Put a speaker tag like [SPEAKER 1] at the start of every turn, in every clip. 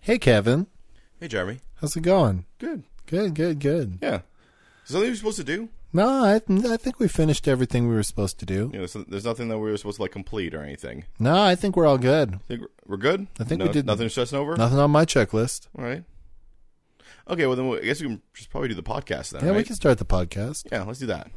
[SPEAKER 1] Hey, Kevin.
[SPEAKER 2] Hey, Jeremy.
[SPEAKER 1] How's it going?
[SPEAKER 2] Good.
[SPEAKER 1] Good, good, good.
[SPEAKER 2] Yeah. Is there something you're supposed to do?
[SPEAKER 1] No, I, I think we finished everything we were supposed to do.
[SPEAKER 2] You know, so there's nothing that we were supposed to like complete or anything.
[SPEAKER 1] No, I think we're all good.
[SPEAKER 2] Think we're- we're good.
[SPEAKER 1] I think
[SPEAKER 2] No-
[SPEAKER 1] we did-
[SPEAKER 2] nothing stressing over.
[SPEAKER 1] Nothing on my checklist.
[SPEAKER 2] All right. Okay. Well, then we- I guess we can just probably do the podcast then.
[SPEAKER 1] Yeah, we
[SPEAKER 2] right?
[SPEAKER 1] can start the podcast.
[SPEAKER 2] Yeah. Let's do that.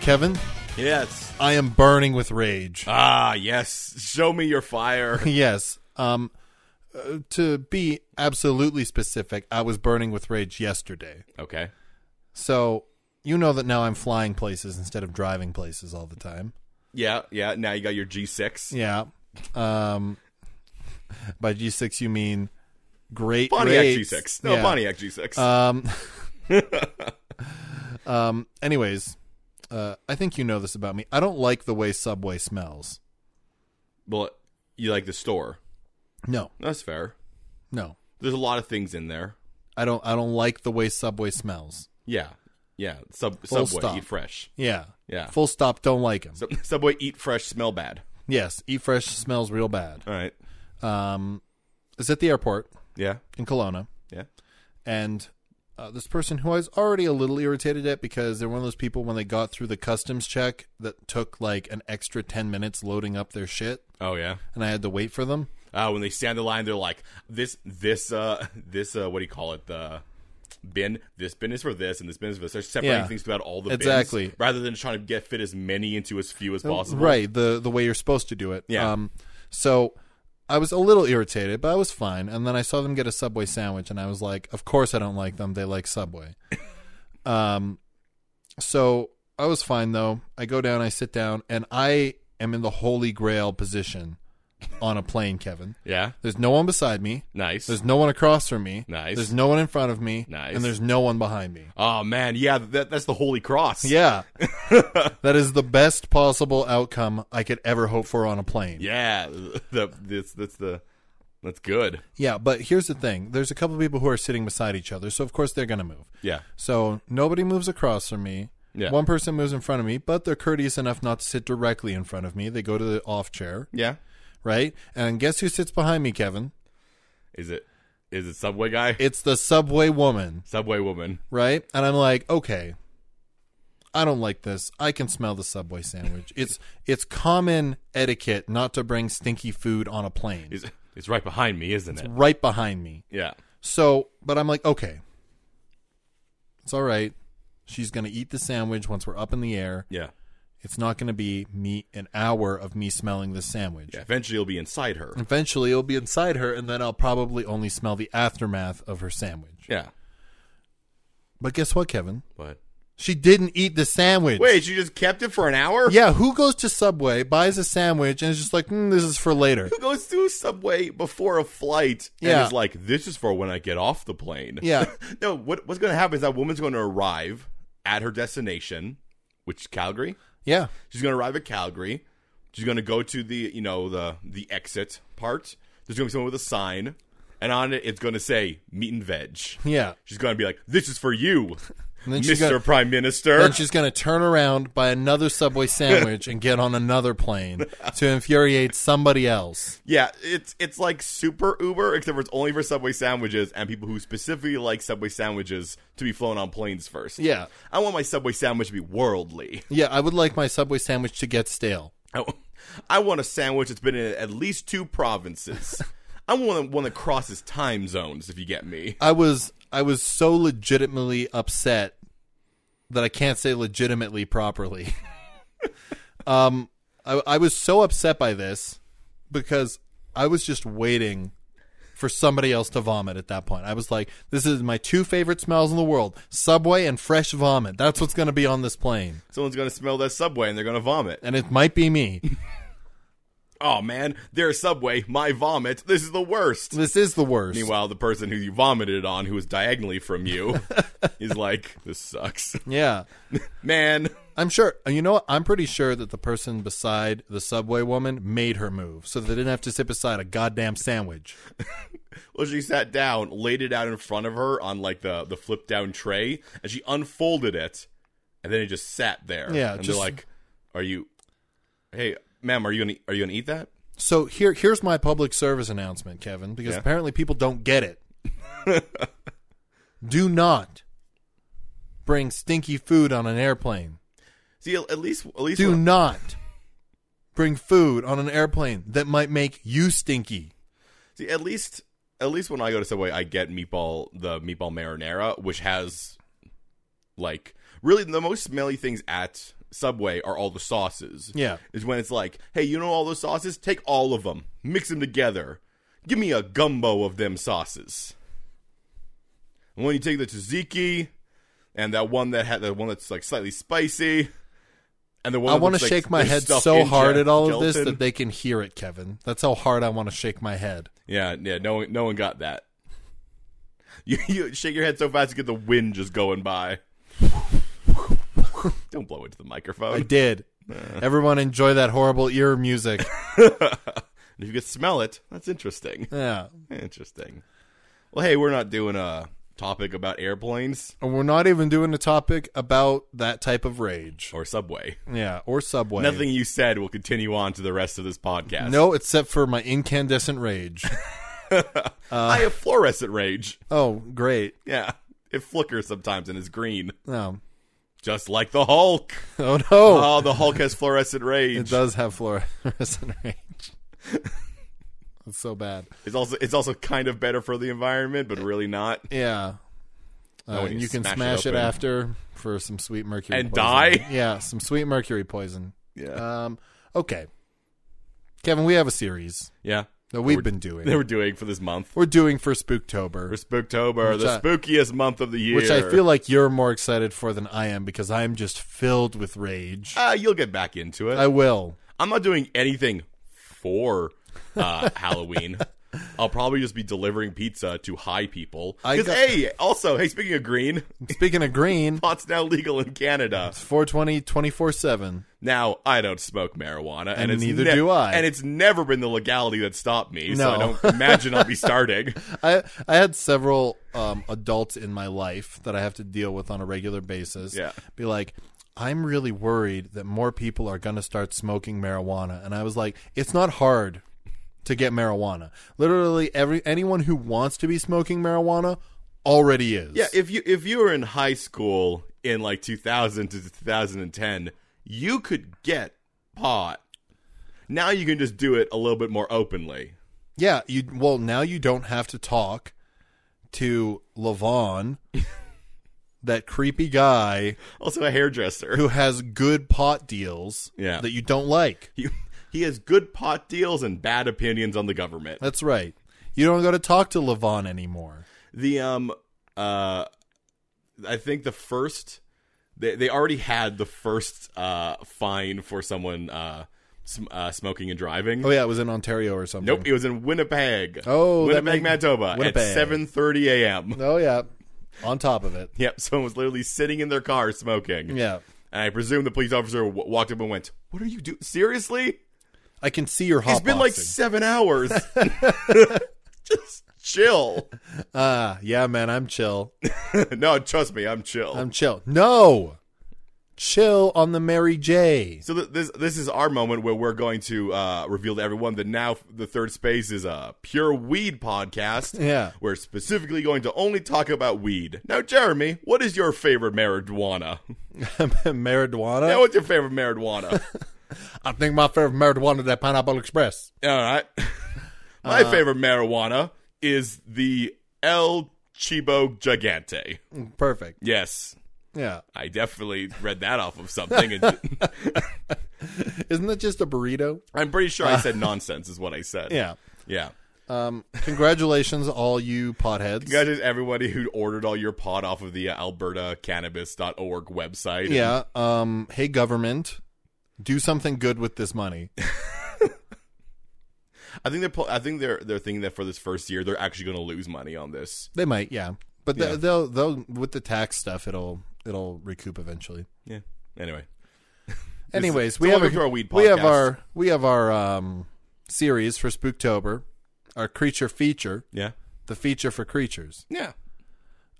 [SPEAKER 1] Kevin,
[SPEAKER 2] Yes.
[SPEAKER 1] I am burning with rage.
[SPEAKER 2] Ah, yes. Show me your fire.
[SPEAKER 1] yes. Um, uh, to be absolutely specific, I was burning with rage yesterday.
[SPEAKER 2] okay.
[SPEAKER 1] So you know that now I'm flying places instead of driving places all the time.
[SPEAKER 2] Yeah. Yeah. Now you got your G6.
[SPEAKER 1] Yeah. Um, by G6 you mean great
[SPEAKER 2] Pontiac
[SPEAKER 1] rates.
[SPEAKER 2] G6. No,
[SPEAKER 1] Yeah.
[SPEAKER 2] Pontiac G6.
[SPEAKER 1] Um, um, anyways, uh, I think you know this about me. I don't like the way Subway smells.
[SPEAKER 2] well, you like the store.
[SPEAKER 1] No,
[SPEAKER 2] That's fair.
[SPEAKER 1] no,
[SPEAKER 2] There's a lot of things in there.
[SPEAKER 1] I don't. I don't like the way Subway smells.
[SPEAKER 2] Yeah. Yeah. Sub
[SPEAKER 1] Full
[SPEAKER 2] Subway.
[SPEAKER 1] stop.
[SPEAKER 2] Eat fresh.
[SPEAKER 1] Yeah,
[SPEAKER 2] Yeah.
[SPEAKER 1] Full stop. Don't like them.
[SPEAKER 2] Sub- Subway. Eat fresh. Smell bad.
[SPEAKER 1] yes, Eat Fresh smells real bad.
[SPEAKER 2] All right.
[SPEAKER 1] Um, it's at the airport
[SPEAKER 2] Yeah.
[SPEAKER 1] in Kelowna,
[SPEAKER 2] Yeah.
[SPEAKER 1] and uh, this person who I was already a little irritated at because they're one of those people when they got through the customs check that took like an extra ten minutes loading up their shit,
[SPEAKER 2] Oh yeah.
[SPEAKER 1] and I had to wait for them.
[SPEAKER 2] Uh, when they stand the line, they're like this, this, uh, this. Uh, what do you call it? The bin. This bin is for this, and this bin is for this. They're separating
[SPEAKER 1] Yeah.
[SPEAKER 2] things throughout all the
[SPEAKER 1] Exactly.
[SPEAKER 2] bins, rather than trying to get fit as many into as few as possible.
[SPEAKER 1] Right, the the way you're supposed to do it.
[SPEAKER 2] Yeah.
[SPEAKER 1] Um, so I was a little irritated, but I was fine. And then I saw them get a Subway sandwich, and I was like, "Of course I don't like them. They like Subway." um, so I was fine though. I go down, I sit down, and I am in the holy grail position on a plane, Kevin.
[SPEAKER 2] Yeah.
[SPEAKER 1] There's no one beside me.
[SPEAKER 2] Nice.
[SPEAKER 1] There's no one across from me.
[SPEAKER 2] Nice.
[SPEAKER 1] There's no one in front of me.
[SPEAKER 2] Nice.
[SPEAKER 1] And there's no one behind me.
[SPEAKER 2] oh man. Yeah. That, that's the holy cross.
[SPEAKER 1] Yeah. that is the best possible outcome I could ever hope for on a plane.
[SPEAKER 2] Yeah. The this that's the that's good.
[SPEAKER 1] Yeah, but here's the thing. There's a couple of people who are sitting beside each other, so of course they're going to move.
[SPEAKER 2] Yeah.
[SPEAKER 1] So nobody moves across from me.
[SPEAKER 2] Yeah.
[SPEAKER 1] One person moves in front of me, but they're courteous enough not to sit directly in front of me. They go to the off chair,
[SPEAKER 2] Yeah.
[SPEAKER 1] right? And guess who sits behind me, Kevin?
[SPEAKER 2] Is it is it subway guy?
[SPEAKER 1] It's the subway woman,
[SPEAKER 2] subway woman.
[SPEAKER 1] right? And I'm like, okay, I don't like this. I can smell the subway sandwich. it's it's common etiquette not to bring stinky food on a plane.
[SPEAKER 2] Is it's right behind me, isn't it?
[SPEAKER 1] right behind me.
[SPEAKER 2] Yeah.
[SPEAKER 1] So, but I'm like, okay, it's all right. She's gonna eat the sandwich once we're up in the air.
[SPEAKER 2] Yeah.
[SPEAKER 1] It's not gonna be me an hour of me smelling the sandwich.
[SPEAKER 2] Yeah. Eventually, it'll be inside her.
[SPEAKER 1] Eventually, it'll be inside her, and then I'll probably only smell the aftermath of her sandwich.
[SPEAKER 2] Yeah.
[SPEAKER 1] But guess what, Kevin?
[SPEAKER 2] But
[SPEAKER 1] She didn't eat the sandwich.
[SPEAKER 2] wait, you just kept it for an hour?
[SPEAKER 1] Yeah, who goes to Subway, buys a sandwich, and is just like, mm, this is for later?
[SPEAKER 2] who goes through Subway before a flight
[SPEAKER 1] Yeah.
[SPEAKER 2] and is like, "This is for when I get off the plane."
[SPEAKER 1] Yeah.
[SPEAKER 2] no, what, what's going to happen is that woman's going to arrive at her destination, which is Calgary.
[SPEAKER 1] Yeah.
[SPEAKER 2] She's going to arrive at Calgary. She's going to go to the you know the the exit part. There's going to be someone with a sign, and on it it's going to say meat and veg.
[SPEAKER 1] Yeah.
[SPEAKER 2] She's going to be like, "This is for you,
[SPEAKER 1] then
[SPEAKER 2] Mister
[SPEAKER 1] she's gonna-
[SPEAKER 2] Prime Minister."
[SPEAKER 1] Then she's going to turn around, buy another Subway sandwich, and get on another plane to infuriate somebody else.
[SPEAKER 2] Yeah, it's it's like super Uber, except for it's only for Subway sandwiches and people who specifically like Subway sandwiches to be flown on planes first.
[SPEAKER 1] Yeah.
[SPEAKER 2] I want my Subway sandwich to be worldly.
[SPEAKER 1] Yeah, I would like my Subway sandwich to get stale.
[SPEAKER 2] I, w- I want a sandwich that's been in at least two provinces. I want one that crosses time zones. If you get me,
[SPEAKER 1] I was I was so legitimately upset that I can't say legitimately properly. um I I was so upset by this because I was just waiting for somebody else to vomit at that point. I was like, this is my two favorite smells in the world, Subway and fresh vomit. That's what's going to be on this plane,
[SPEAKER 2] someone's gonna smell that Subway and they're gonna vomit.
[SPEAKER 1] and it might be me.
[SPEAKER 2] Oh man, their subway, my vomit. This is the worst.
[SPEAKER 1] This is the worst.
[SPEAKER 2] Meanwhile, the person who you vomited on, who was diagonally from you, is like, "This sucks,
[SPEAKER 1] Yeah.
[SPEAKER 2] man."
[SPEAKER 1] I'm sure. You know what? I'm pretty sure that the person beside the subway woman made her move so they didn't have to sit beside a goddamn sandwich.
[SPEAKER 2] Well, she sat down, laid it out in front of her on like the the flip down tray, and she unfolded it, and then it just sat there.
[SPEAKER 1] Yeah,
[SPEAKER 2] and
[SPEAKER 1] just-
[SPEAKER 2] they're like, "Are you? Hey, ma'am, are you gonna are you gonna eat that?"
[SPEAKER 1] So here, here's my public service announcement, Kevin, because
[SPEAKER 2] Yeah.
[SPEAKER 1] apparently people don't get it. Do not bring stinky food on an airplane.
[SPEAKER 2] See, at at least at least
[SPEAKER 1] Do
[SPEAKER 2] when-
[SPEAKER 1] not bring food on an airplane that might make you stinky.
[SPEAKER 2] see at least at least when I go to Subway, I get meatball the meatball marinara, which has like really the most smelly things at Subway are all the sauces.
[SPEAKER 1] Yeah.
[SPEAKER 2] is when it's like, hey, you know all those sauces? Take all of them, mix them together, give me a gumbo of them sauces. And when you take the tzatziki and that one that had the one that's like slightly spicy, and the one
[SPEAKER 1] I
[SPEAKER 2] that
[SPEAKER 1] want to
[SPEAKER 2] looks like
[SPEAKER 1] shake my
[SPEAKER 2] there's
[SPEAKER 1] head
[SPEAKER 2] stuff
[SPEAKER 1] so
[SPEAKER 2] in
[SPEAKER 1] hard
[SPEAKER 2] ge-
[SPEAKER 1] at all of this
[SPEAKER 2] gelatin.
[SPEAKER 1] that they can hear it, Kevin. That's how hard I want to shake my head.
[SPEAKER 2] Yeah, yeah. No, one- no one got that. You, you shake your head so fast you get the wind just going by. Don't blow into the
[SPEAKER 1] I
[SPEAKER 2] microphone.
[SPEAKER 1] did. Everyone enjoy that horrible ear music.
[SPEAKER 2] if you could smell it, that's interesting.
[SPEAKER 1] yeah.
[SPEAKER 2] Interesting. Well, hey, we're not doing a topic about airplanes
[SPEAKER 1] And we're not even doing a topic about that type of rage.
[SPEAKER 2] or subway.
[SPEAKER 1] Yeah, or subway.
[SPEAKER 2] Nothing you said will continue on to the rest of this podcast.
[SPEAKER 1] No, except for my incandescent rage.
[SPEAKER 2] I have fluorescent rage.
[SPEAKER 1] oh, great.
[SPEAKER 2] Yeah, it flickers sometimes and is green,
[SPEAKER 1] No.
[SPEAKER 2] just like the Hulk.
[SPEAKER 1] Oh, no.
[SPEAKER 2] Oh, the Hulk has fluorescent
[SPEAKER 1] it
[SPEAKER 2] rage.
[SPEAKER 1] does have fluorescent rage. That's so bad.
[SPEAKER 2] It's also it's also kind of better for the environment, but really not.
[SPEAKER 1] Yeah. Uh,
[SPEAKER 2] when
[SPEAKER 1] and
[SPEAKER 2] you
[SPEAKER 1] you, can
[SPEAKER 2] smash it
[SPEAKER 1] smash it,
[SPEAKER 2] open.
[SPEAKER 1] after for some sweet mercury
[SPEAKER 2] And
[SPEAKER 1] poison.
[SPEAKER 2] die?
[SPEAKER 1] Yeah, some sweet mercury poison.
[SPEAKER 2] Yeah.
[SPEAKER 1] Um, okay, Kevin, we have a series
[SPEAKER 2] yeah.
[SPEAKER 1] that we've been doing.
[SPEAKER 2] They were doing for this month.
[SPEAKER 1] We're doing for
[SPEAKER 2] For
[SPEAKER 1] Spooktober,
[SPEAKER 2] Spooktober,
[SPEAKER 1] Which
[SPEAKER 2] the
[SPEAKER 1] I-
[SPEAKER 2] spookiest month of the year.
[SPEAKER 1] which I feel like you're more excited for than I am because I am just filled with rage.
[SPEAKER 2] uh, you'll get back into it.
[SPEAKER 1] I will.
[SPEAKER 2] I'm not doing anything for uh, Halloween. I'll probably just be delivering pizza to high people.
[SPEAKER 1] I
[SPEAKER 2] 'Cause,
[SPEAKER 1] got-
[SPEAKER 2] hey, also, hey, speaking of green,
[SPEAKER 1] Speaking of green,
[SPEAKER 2] pot's now legal in Canada.
[SPEAKER 1] 420 24 7.
[SPEAKER 2] Now I don't smoke marijuana, and,
[SPEAKER 1] And
[SPEAKER 2] it's
[SPEAKER 1] neither do I.
[SPEAKER 2] And it's never been the legality that stopped me, so I
[SPEAKER 1] No.
[SPEAKER 2] don't imagine I'll be starting.
[SPEAKER 1] I I had several um, adults in my life that I have to deal with on a regular basis.
[SPEAKER 2] Yeah.
[SPEAKER 1] be like, I'm really worried that more people are going to start smoking marijuana, and I was like, it's not hard to get marijuana. Literally, every anyone who wants to be smoking marijuana already is.
[SPEAKER 2] Yeah, if you if you were in high school in like 2000 to 2010, you could get pot. Now you can just do it a little bit more openly.
[SPEAKER 1] yeah. You well now you don't have to talk to Levon, that creepy guy
[SPEAKER 2] Also, a hairdresser.
[SPEAKER 1] who has good pot deals
[SPEAKER 2] Yeah.
[SPEAKER 1] that you don't like.
[SPEAKER 2] He, he has good pot deals and bad opinions on the government.
[SPEAKER 1] That's right. You don't got to talk to Levon anymore.
[SPEAKER 2] The um uh, I think the first they they already had the first uh fine for someone uh, sm- uh smoking and driving.
[SPEAKER 1] Oh yeah, it was in Ontario or something.
[SPEAKER 2] Nope, it was in Winnipeg.
[SPEAKER 1] Oh, that
[SPEAKER 2] Winnipeg,
[SPEAKER 1] make-
[SPEAKER 2] Manitoba,
[SPEAKER 1] Winnipeg.
[SPEAKER 2] at 7:30 a.m.
[SPEAKER 1] Oh yeah. On top of it.
[SPEAKER 2] Yep, someone was literally sitting in their car smoking.
[SPEAKER 1] Yeah.
[SPEAKER 2] And I presume the police officer w- walked up and went, What are you doing? Seriously?
[SPEAKER 1] I can see your hot
[SPEAKER 2] It's been like seven hours. Just chill.
[SPEAKER 1] Ah, yeah, man, I'm chill.
[SPEAKER 2] no, trust me, I'm chill.
[SPEAKER 1] I'm chill. No. Chill on the Mary J.
[SPEAKER 2] so th- this this is our moment where we're going to uh, reveal to everyone that now the third space is a pure weed podcast.
[SPEAKER 1] Yeah.
[SPEAKER 2] We're specifically going to only talk about weed. Now, Jeremy, what is your favorite marijuana?
[SPEAKER 1] marijuana.
[SPEAKER 2] Now, what's your favorite marijuana?
[SPEAKER 1] I think my favorite marijuana is that Pineapple Express.
[SPEAKER 2] All right. My favorite marijuana is the El Chibo Gigante.
[SPEAKER 1] Perfect.
[SPEAKER 2] Yes,
[SPEAKER 1] Yeah.
[SPEAKER 2] I definitely read that off of something. And
[SPEAKER 1] Isn't that just a burrito?
[SPEAKER 2] I'm pretty sure I said nonsense, is what I said.
[SPEAKER 1] Yeah.
[SPEAKER 2] Yeah.
[SPEAKER 1] Um, congratulations, all you potheads.
[SPEAKER 2] You guys, just everybody who ordered all your pot off of the uh, albertacannabis.org website.
[SPEAKER 1] Yeah. Um, hey, government, do something good with this money.
[SPEAKER 2] I think they're. pl- I think they're. They're thinking that for this first year, they're actually going to lose money on this.
[SPEAKER 1] They might, yeah. But
[SPEAKER 2] Yeah.
[SPEAKER 1] They, they'll they'll with the tax stuff, it'll it'll recoup eventually.
[SPEAKER 2] Yeah. Anyway,
[SPEAKER 1] Anyways,
[SPEAKER 2] it's
[SPEAKER 1] we
[SPEAKER 2] all
[SPEAKER 1] have
[SPEAKER 2] over to our weed
[SPEAKER 1] we have
[SPEAKER 2] podcast.
[SPEAKER 1] our we have our um, series for Spooktober, our creature feature,
[SPEAKER 2] yeah,
[SPEAKER 1] the feature for creatures.
[SPEAKER 2] yeah.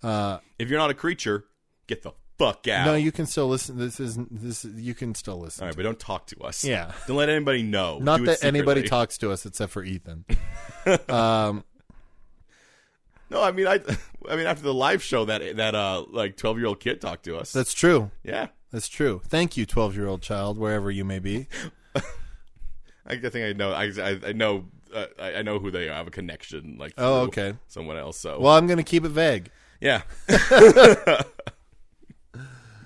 [SPEAKER 1] Uh,
[SPEAKER 2] If you're not a creature, get the fuck out.
[SPEAKER 1] No, you can still listen. This isn't this. is- You can still listen.
[SPEAKER 2] All right, but don't talk to us.
[SPEAKER 1] Yeah.
[SPEAKER 2] Don't let anybody know.
[SPEAKER 1] Not
[SPEAKER 2] Do it
[SPEAKER 1] that anybody
[SPEAKER 2] secretly.
[SPEAKER 1] talks to us except for Ethan. um,
[SPEAKER 2] No, I mean, I. I mean, after the live show, that that uh, like twelve year old kid talked to us.
[SPEAKER 1] that's true.
[SPEAKER 2] yeah.
[SPEAKER 1] That's true. Thank you, twelve-year-old child, wherever you may be.
[SPEAKER 2] I, I think I know. I I, I know. Uh, I I know who they are. I have a connection. Like
[SPEAKER 1] Oh,
[SPEAKER 2] through
[SPEAKER 1] okay.
[SPEAKER 2] someone else. So
[SPEAKER 1] Well, I'm going to keep it vague.
[SPEAKER 2] yeah.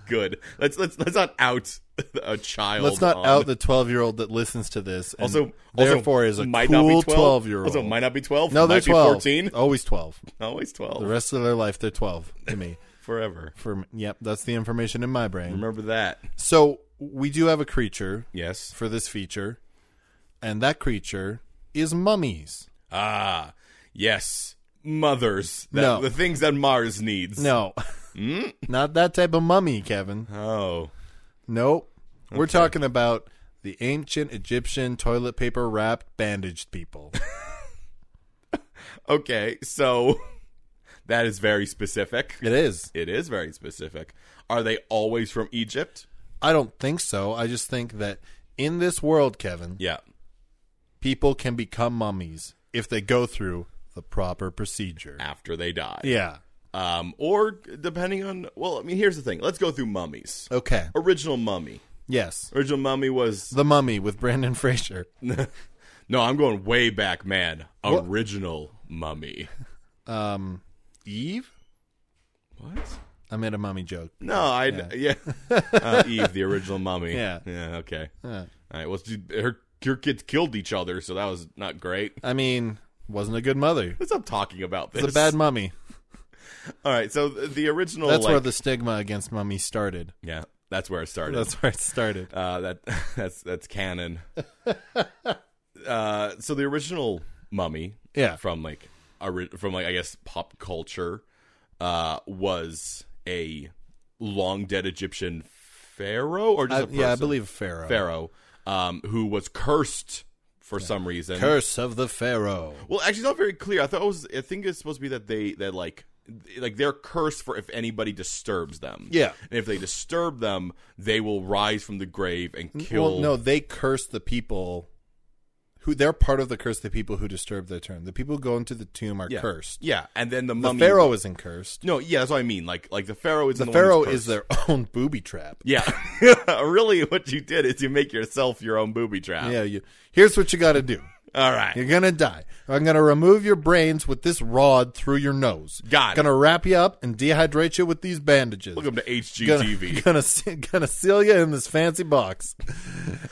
[SPEAKER 2] Good. Let's let's let's not out a child.
[SPEAKER 1] Let's not
[SPEAKER 2] on-
[SPEAKER 1] out the twelve-year-old that listens to this. And
[SPEAKER 2] Also,
[SPEAKER 1] therefore,
[SPEAKER 2] also
[SPEAKER 1] is a
[SPEAKER 2] might
[SPEAKER 1] cool
[SPEAKER 2] not be 12.
[SPEAKER 1] twelve-year-old.
[SPEAKER 2] Also, might not be twelve.
[SPEAKER 1] no, they're
[SPEAKER 2] might
[SPEAKER 1] twelve.
[SPEAKER 2] Be Fourteen.
[SPEAKER 1] Always twelve.
[SPEAKER 2] Always twelve.
[SPEAKER 1] The rest of their life, they're twelve to me.
[SPEAKER 2] Forever.
[SPEAKER 1] For m- yep, that's the information in my brain.
[SPEAKER 2] Remember that.
[SPEAKER 1] So we do have a creature
[SPEAKER 2] Yes.
[SPEAKER 1] for this feature, and that creature is mummies.
[SPEAKER 2] Ah. Yes. Mothers. That,
[SPEAKER 1] No.
[SPEAKER 2] The things that Mars needs.
[SPEAKER 1] No,
[SPEAKER 2] Mm.
[SPEAKER 1] not that type of mummy, Kevin.
[SPEAKER 2] Oh.
[SPEAKER 1] Nope. We're talking about the ancient Egyptian toilet paper wrapped bandaged people.
[SPEAKER 2] Okay. So that is very specific.
[SPEAKER 1] it is.
[SPEAKER 2] It is very specific. Are they always from Egypt?
[SPEAKER 1] I don't think so. I just think that in this world, Kevin,
[SPEAKER 2] Yeah.
[SPEAKER 1] people can become mummies if they go through the proper procedure.
[SPEAKER 2] After they die.
[SPEAKER 1] Yeah.
[SPEAKER 2] Um, or depending on, well, I mean, here's the thing. Let's go through mummies.
[SPEAKER 1] Okay.
[SPEAKER 2] Original mummy.
[SPEAKER 1] Yes.
[SPEAKER 2] Original mummy was
[SPEAKER 1] The Mummy with Brandon Fraser.
[SPEAKER 2] no. I'm going way back, man. Original mummy.
[SPEAKER 1] Um, Eve?
[SPEAKER 2] What?
[SPEAKER 1] I made a mummy joke.
[SPEAKER 2] No, I yeah. Uh, Eve, the original mummy.
[SPEAKER 1] Yeah.
[SPEAKER 2] Yeah. Okay.
[SPEAKER 1] Huh.
[SPEAKER 2] All right. Well, dude, her your kids killed each other, so that was not great.
[SPEAKER 1] I mean, wasn't a good mother.
[SPEAKER 2] Let's stop talking about this.
[SPEAKER 1] It's a bad mummy.
[SPEAKER 2] All right. So the the original.
[SPEAKER 1] That's
[SPEAKER 2] like-
[SPEAKER 1] where the stigma against mummy started.
[SPEAKER 2] yeah. That's where it started.
[SPEAKER 1] That's where it started.
[SPEAKER 2] Uh, that that's that's canon. uh, so the original mummy,
[SPEAKER 1] Yeah.
[SPEAKER 2] from like ori- from like I guess pop culture, uh, was a long dead Egyptian pharaoh or just
[SPEAKER 1] I-
[SPEAKER 2] a
[SPEAKER 1] yeah, I
[SPEAKER 2] person?
[SPEAKER 1] believe Pharaoh.
[SPEAKER 2] pharaoh, um, who was cursed for some reason.
[SPEAKER 1] Curse of the Pharaoh.
[SPEAKER 2] Well, actually, it's not very clear. I thought it was. I think it's supposed to be that they that like th- like they're cursed for if anybody disturbs them.
[SPEAKER 1] Yeah.
[SPEAKER 2] and if they disturb them, they will rise from the grave and kill.
[SPEAKER 1] Well, no, they curse the people who they're part of the curse. The people who disturb their tomb. The people who go into the tomb are
[SPEAKER 2] yeah.
[SPEAKER 1] cursed.
[SPEAKER 2] Yeah, and then the,
[SPEAKER 1] The
[SPEAKER 2] mummy.
[SPEAKER 1] pharaoh isn't cursed.
[SPEAKER 2] No, yeah, that's what I mean. Like, like the pharaoh is
[SPEAKER 1] The,
[SPEAKER 2] the one who's
[SPEAKER 1] pharaoh is
[SPEAKER 2] cursed.
[SPEAKER 1] their own booby trap.
[SPEAKER 2] Yeah, really, what you did is you make yourself your own booby trap.
[SPEAKER 1] Yeah. You, here's what you got to do.
[SPEAKER 2] All right.
[SPEAKER 1] You're gonna die. I'm gonna remove your brains with this rod through your nose.
[SPEAKER 2] Got it.
[SPEAKER 1] Gonna wrap you up and dehydrate you with these bandages.
[SPEAKER 2] Welcome to
[SPEAKER 1] gonna,
[SPEAKER 2] HGTV.
[SPEAKER 1] Gonna se- gonna seal you in this fancy box.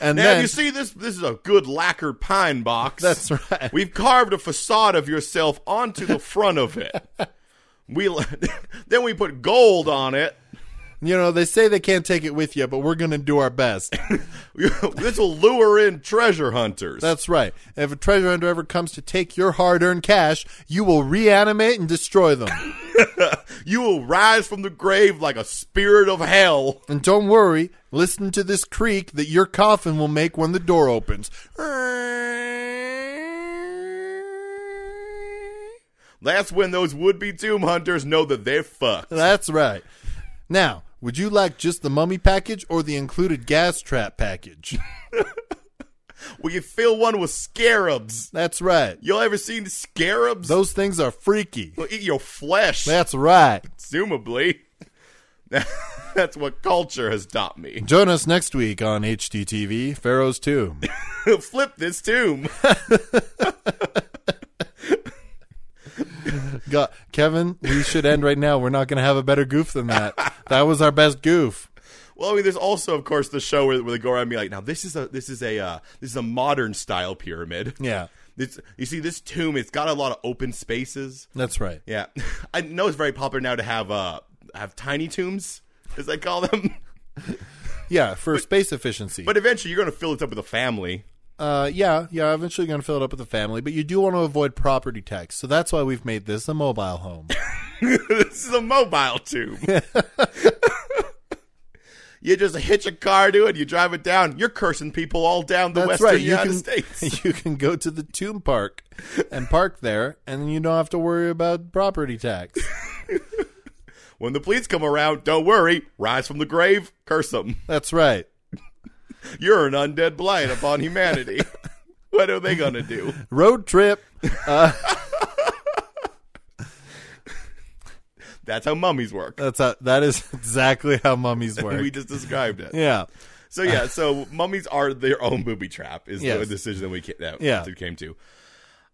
[SPEAKER 1] And
[SPEAKER 2] now
[SPEAKER 1] then
[SPEAKER 2] you see this. This is a good lacquered pine box.
[SPEAKER 1] that's right.
[SPEAKER 2] We've carved a facade of yourself onto the front of it. We then we put gold on it.
[SPEAKER 1] You know they say they can't take it with you, but we're gonna do our best.
[SPEAKER 2] this will lure in treasure hunters.
[SPEAKER 1] That's right. If a treasure hunter ever comes to take your hard earned cash, you will reanimate and destroy them.
[SPEAKER 2] you will rise from the grave like a spirit of hell.
[SPEAKER 1] and don't worry, listen to this creak that your coffin will make when the door opens.
[SPEAKER 2] That's when those would-be tomb hunters know that they're fucked.
[SPEAKER 1] That's right. Now, would you like just the mummy package or the included gas trap package?
[SPEAKER 2] We can fill one with scarabs.
[SPEAKER 1] That's right.
[SPEAKER 2] Y'all ever seen scarabs?
[SPEAKER 1] Those things are freaky.
[SPEAKER 2] They'll eat your flesh,
[SPEAKER 1] That's right.
[SPEAKER 2] presumably. That's what culture has taught me.
[SPEAKER 1] Join us next week on HDTV Pharaoh's Tomb.
[SPEAKER 2] Flip this tomb.
[SPEAKER 1] God, Kevin, we should end right now. We're not going to have a better goof than that. That was our best goof.
[SPEAKER 2] Well, I mean, there's also, of course, the show where, where they go around and be like, "Now this is a this is a uh, this is a modern style pyramid."
[SPEAKER 1] Yeah,
[SPEAKER 2] It's, you see, this tomb it's got a lot of open spaces.
[SPEAKER 1] that's right.
[SPEAKER 2] Yeah, I know it's very popular now to have uh have tiny tombs, as they call them.
[SPEAKER 1] Yeah, for space efficiency.
[SPEAKER 2] but eventually, you're going to fill it up with a family.
[SPEAKER 1] Uh, yeah, yeah. Eventually, you're gonna fill it up with the family, but you do want to avoid property tax, so that's why we've made this a mobile home.
[SPEAKER 2] this is a mobile tube. you just hitch a car to it, you drive it down. You're cursing people all down the
[SPEAKER 1] That's
[SPEAKER 2] western
[SPEAKER 1] right. You
[SPEAKER 2] United
[SPEAKER 1] can
[SPEAKER 2] States.
[SPEAKER 1] you can go to the Tomb Park and park there, and you don't have to worry about property tax.
[SPEAKER 2] When the police come around, don't worry. Rise from the grave, curse them.
[SPEAKER 1] That's right.
[SPEAKER 2] You're an undead blight upon humanity. what are they gonna do?
[SPEAKER 1] Road trip.
[SPEAKER 2] That's how mummies work.
[SPEAKER 1] That's how, that is exactly how mummies work.
[SPEAKER 2] We just described it.
[SPEAKER 1] yeah.
[SPEAKER 2] So yeah, so mummies are their own booby trap is the
[SPEAKER 1] Yes.
[SPEAKER 2] decision that we came, that
[SPEAKER 1] Yeah.
[SPEAKER 2] it came to.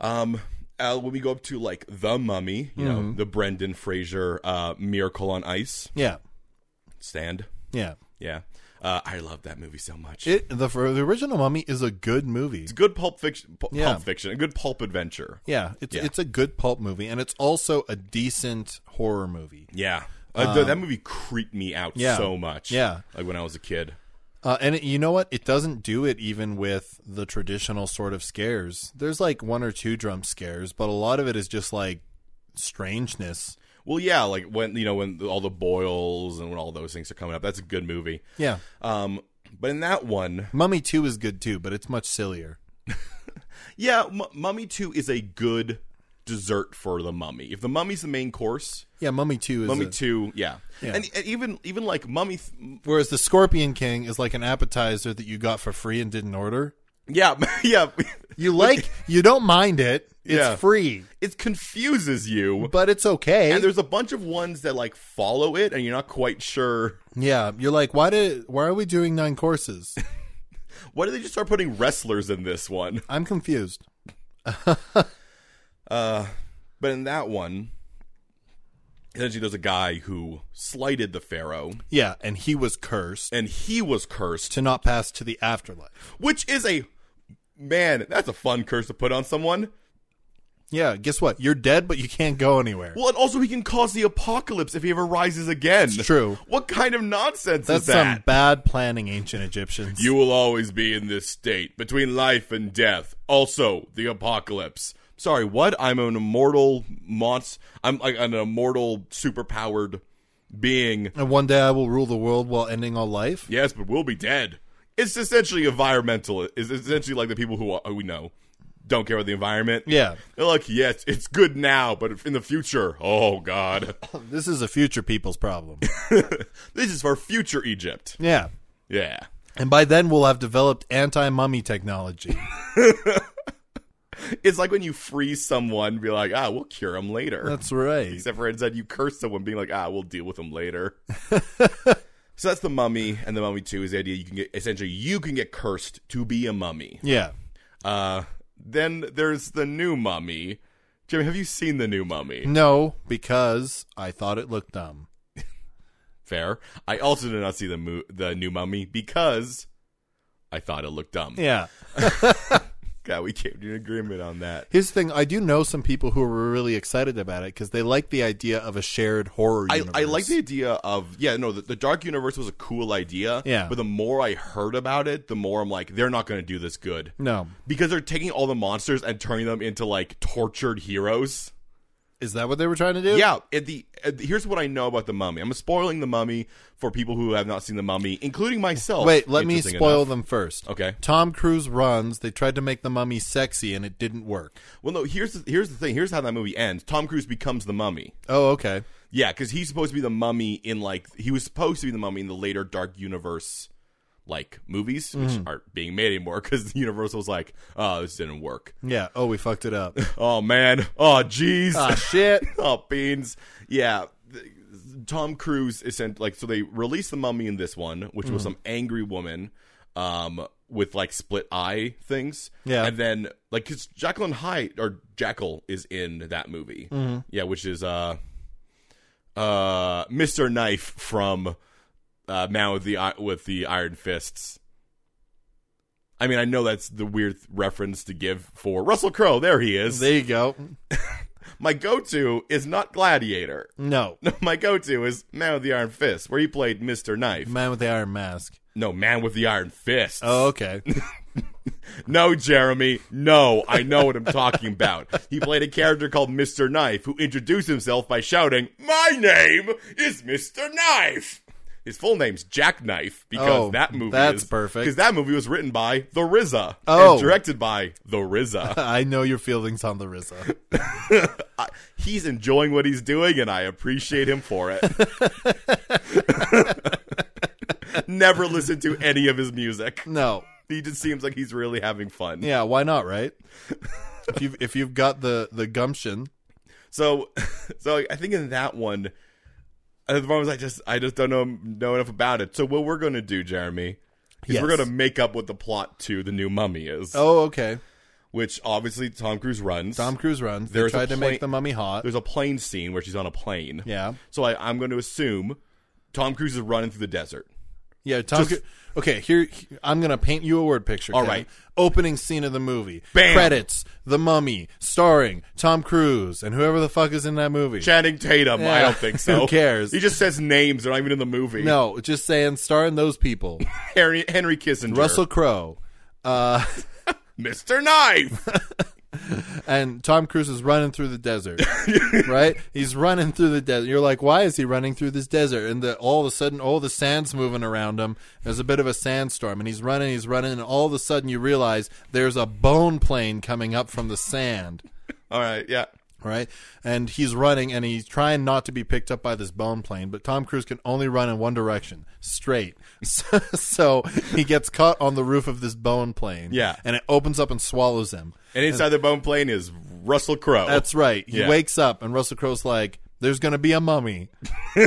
[SPEAKER 2] Um, uh, when we go up to like the mummy, you know,
[SPEAKER 1] Mm-hmm.
[SPEAKER 2] the Brendan Fraser uh, Miracle on Ice
[SPEAKER 1] Yeah.
[SPEAKER 2] stand.
[SPEAKER 1] Yeah.
[SPEAKER 2] Yeah, uh, I love that movie so much.
[SPEAKER 1] It the for the original Mummy is a good movie.
[SPEAKER 2] it's good pulp fiction. Pulp,
[SPEAKER 1] Yeah.
[SPEAKER 2] pulp fiction. A good pulp adventure.
[SPEAKER 1] Yeah, it's
[SPEAKER 2] Yeah.
[SPEAKER 1] it's a good pulp movie, and it's also a decent horror movie.
[SPEAKER 2] Yeah. Uh, th- that movie creeped me out
[SPEAKER 1] Um, yeah.
[SPEAKER 2] so much.
[SPEAKER 1] Yeah.
[SPEAKER 2] Like when I was a kid.
[SPEAKER 1] Uh, and it, you know what? It doesn't do it even with the traditional sort of scares. There's like one or two jump scares, but a lot of it is just like strangeness.
[SPEAKER 2] Well, yeah, like when you know when all the boils and when all those things are coming up. That's a good movie.
[SPEAKER 1] Yeah,
[SPEAKER 2] Um, but in that one,
[SPEAKER 1] Mummy Two is good too, but it's much sillier.
[SPEAKER 2] yeah, M- Mummy Two is a good dessert for the mummy. If the mummy's the main course,
[SPEAKER 1] Yeah, Mummy Two is.
[SPEAKER 2] Mummy
[SPEAKER 1] a-
[SPEAKER 2] Two, yeah,
[SPEAKER 1] Yeah.
[SPEAKER 2] And, and even even like Mummy, th-
[SPEAKER 1] whereas the Scorpion King is like an appetizer that you got for free and didn't order.
[SPEAKER 2] yeah, yeah,
[SPEAKER 1] You like, you don't mind it. It's
[SPEAKER 2] Yeah.
[SPEAKER 1] free,
[SPEAKER 2] it confuses you.
[SPEAKER 1] but it's okay.
[SPEAKER 2] And there's a bunch of ones that like follow it, and you're not quite sure.
[SPEAKER 1] yeah, you're like, why did? Why are we doing nine courses?
[SPEAKER 2] Why did they just start putting wrestlers in this one?
[SPEAKER 1] I'm confused.
[SPEAKER 2] But in that one, essentially, there's a guy who slighted the pharaoh,
[SPEAKER 1] Yeah, and he was cursed
[SPEAKER 2] and he was cursed,
[SPEAKER 1] to not pass to the afterlife.
[SPEAKER 2] which is a man. That's a fun curse to put on someone.
[SPEAKER 1] Yeah, guess what? You're dead, but you can't go anywhere.
[SPEAKER 2] Well, and also he can cause the apocalypse if he ever rises again.
[SPEAKER 1] It's true.
[SPEAKER 2] What kind of nonsense
[SPEAKER 1] That's
[SPEAKER 2] is that?
[SPEAKER 1] some bad planning, ancient Egyptians.
[SPEAKER 2] you will always be in this state between life and death. Also, the apocalypse. Sorry, what? I'm an immortal monst. I'm like an immortal, superpowered being.
[SPEAKER 1] and one day I will rule the world while ending all life.
[SPEAKER 2] Yes, but we'll be dead. It's essentially environmental. It's essentially like the people who, who we know don't care about the environment.
[SPEAKER 1] Yeah.
[SPEAKER 2] They're like, yes, it's good now, but in the future, oh god,
[SPEAKER 1] This is a future people's problem.
[SPEAKER 2] this is for future Egypt.
[SPEAKER 1] yeah.
[SPEAKER 2] Yeah,
[SPEAKER 1] And by then we'll have developed anti mummy technology.
[SPEAKER 2] it's like when you freeze someone, be like, ah, we'll cure them later.
[SPEAKER 1] That's right.
[SPEAKER 2] Except for instead, you curse someone, being like, ah, we'll deal with them later. so that's the mummy, and the mummy two is the idea you can get essentially you can get cursed to be a mummy.
[SPEAKER 1] Yeah.
[SPEAKER 2] Uh, then there's the new mummy. Jimmy, have you seen the new
[SPEAKER 1] Mm.
[SPEAKER 2] mummy?
[SPEAKER 1] No, because I thought it looked dumb.
[SPEAKER 2] Fair. I also did not see the mo- the new mummy because I thought it looked dumb.
[SPEAKER 1] Yeah.
[SPEAKER 2] God, we came to an agreement on that.
[SPEAKER 1] Here's the thing I do know some people who were really excited about it because they like the idea of a shared horror
[SPEAKER 2] I,
[SPEAKER 1] universe.
[SPEAKER 2] I like the idea of yeah no the, the dark universe was a cool idea
[SPEAKER 1] Yeah.
[SPEAKER 2] but the more I heard about it the more I'm like they're not going to do this good
[SPEAKER 1] No.
[SPEAKER 2] because they're taking all the monsters and turning them into like tortured heroes.
[SPEAKER 1] Is that what they were trying to do?
[SPEAKER 2] Yeah, at the, at the- here's what I know about the mummy. I'm spoiling the mummy for people who have not seen the mummy, including myself.
[SPEAKER 1] Wait, let me
[SPEAKER 2] interesting
[SPEAKER 1] spoil
[SPEAKER 2] enough.
[SPEAKER 1] them first.
[SPEAKER 2] Okay.
[SPEAKER 1] Tom Cruise runs. They tried to make the mummy sexy, and it didn't work.
[SPEAKER 2] Well, no. Here's the, here's the thing. Here's how that movie ends. Tom Cruise becomes the mummy.
[SPEAKER 1] Oh, okay.
[SPEAKER 2] Yeah, because he's supposed to be the mummy in like he was supposed to be the mummy in the later Dark Universe like movies, which aren't being made anymore because Universal's like, oh, this didn't work.
[SPEAKER 1] Yeah. Oh, we fucked it up.
[SPEAKER 2] Oh man. Oh jeez.
[SPEAKER 1] ah, shit.
[SPEAKER 2] oh beans. Yeah. th- Tom Cruise is sent like so they released the mummy in this one, which was some angry woman um with like split eye things.
[SPEAKER 1] Yeah.
[SPEAKER 2] And then like cuz Jacqueline Hyde or Jackal is in that movie. Yeah, which is uh uh Mr. Knife from uh Man with the I- with the Iron Fists. I mean, I know that's the weird reference to give for Russell Crowe. There he is.
[SPEAKER 1] There you go.
[SPEAKER 2] My go-to is not Gladiator.
[SPEAKER 1] No.
[SPEAKER 2] No, my go-to is Man with the Iron Fist, where he played Mr. Knife.
[SPEAKER 1] Man with the Iron Mask.
[SPEAKER 2] No, Man with the Iron Fist.
[SPEAKER 1] Oh, okay.
[SPEAKER 2] No, Jeremy. No, I know what I'm talking about. He played a character called Mr. Knife who introduced himself by shouting, My name is Mr. Knife. His full name's Jack Knife because
[SPEAKER 1] Oh,
[SPEAKER 2] that movie
[SPEAKER 1] that's
[SPEAKER 2] is,
[SPEAKER 1] perfect.
[SPEAKER 2] Because that movie was written by The RZA
[SPEAKER 1] Oh.
[SPEAKER 2] and directed by The RZA.
[SPEAKER 1] I know your feelings on the RZA.
[SPEAKER 2] I, he's enjoying what he's doing, and I appreciate him for it. Never listened to any of his music.
[SPEAKER 1] No,
[SPEAKER 2] He just seems like he's really having fun.
[SPEAKER 1] yeah, why not, right? If you've if you've got the the gumption,
[SPEAKER 2] So, so I think in that one, at the moment I just I just don't know know enough about it. So what we're gonna do, Jeremy, is we're
[SPEAKER 1] Yes.
[SPEAKER 2] gonna make up what the plot to the new Mummy is,
[SPEAKER 1] oh okay.
[SPEAKER 2] which obviously Tom Cruise runs.
[SPEAKER 1] Tom Cruise runs. They
[SPEAKER 2] There's a
[SPEAKER 1] tried to
[SPEAKER 2] point-
[SPEAKER 1] make the mummy hot.
[SPEAKER 2] There's a plane scene where she's on a plane.
[SPEAKER 1] Yeah,
[SPEAKER 2] So I, I'm going to assume Tom Cruise is running through the desert.
[SPEAKER 1] yeah. Tom.
[SPEAKER 2] Just-
[SPEAKER 1] Cru- okay, here I'm gonna paint you a word picture.
[SPEAKER 2] All
[SPEAKER 1] Ken.
[SPEAKER 2] right.
[SPEAKER 1] Opening scene of the movie.
[SPEAKER 2] Bam.
[SPEAKER 1] Credits. The Mummy, starring Tom Cruise and whoever the fuck is in that movie.
[SPEAKER 2] Channing Tatum. I
[SPEAKER 1] Yeah.
[SPEAKER 2] don't think so.
[SPEAKER 1] Who cares?
[SPEAKER 2] He just says names. They're not even in the movie.
[SPEAKER 1] no, just saying, starring those people.
[SPEAKER 2] Henry, Henry Kissinger.
[SPEAKER 1] Russell Crowe. Uh,
[SPEAKER 2] Mr. Knife.
[SPEAKER 1] and Tom Cruise is running through the desert, right? He's running through the desert. You're like, why is he running through this desert? And the, all of a sudden, all the sand's moving around him. There's a bit of a sandstorm, and he's running, he's running, and all of a sudden, you realize there's a bone plane coming up from the sand,
[SPEAKER 2] All right. Yeah.
[SPEAKER 1] right? And he's running, and he's trying not to be picked up by this bone plane, but Tom Cruise can only run in one direction, straight. So, so he gets caught on the roof of this bone plane,
[SPEAKER 2] Yeah.
[SPEAKER 1] and it opens up and swallows him.
[SPEAKER 2] And inside the bone plane is Russell Crowe.
[SPEAKER 1] That's right. He
[SPEAKER 2] Yeah.
[SPEAKER 1] wakes up and Russell Crowe's like, "There's going to be a mummy."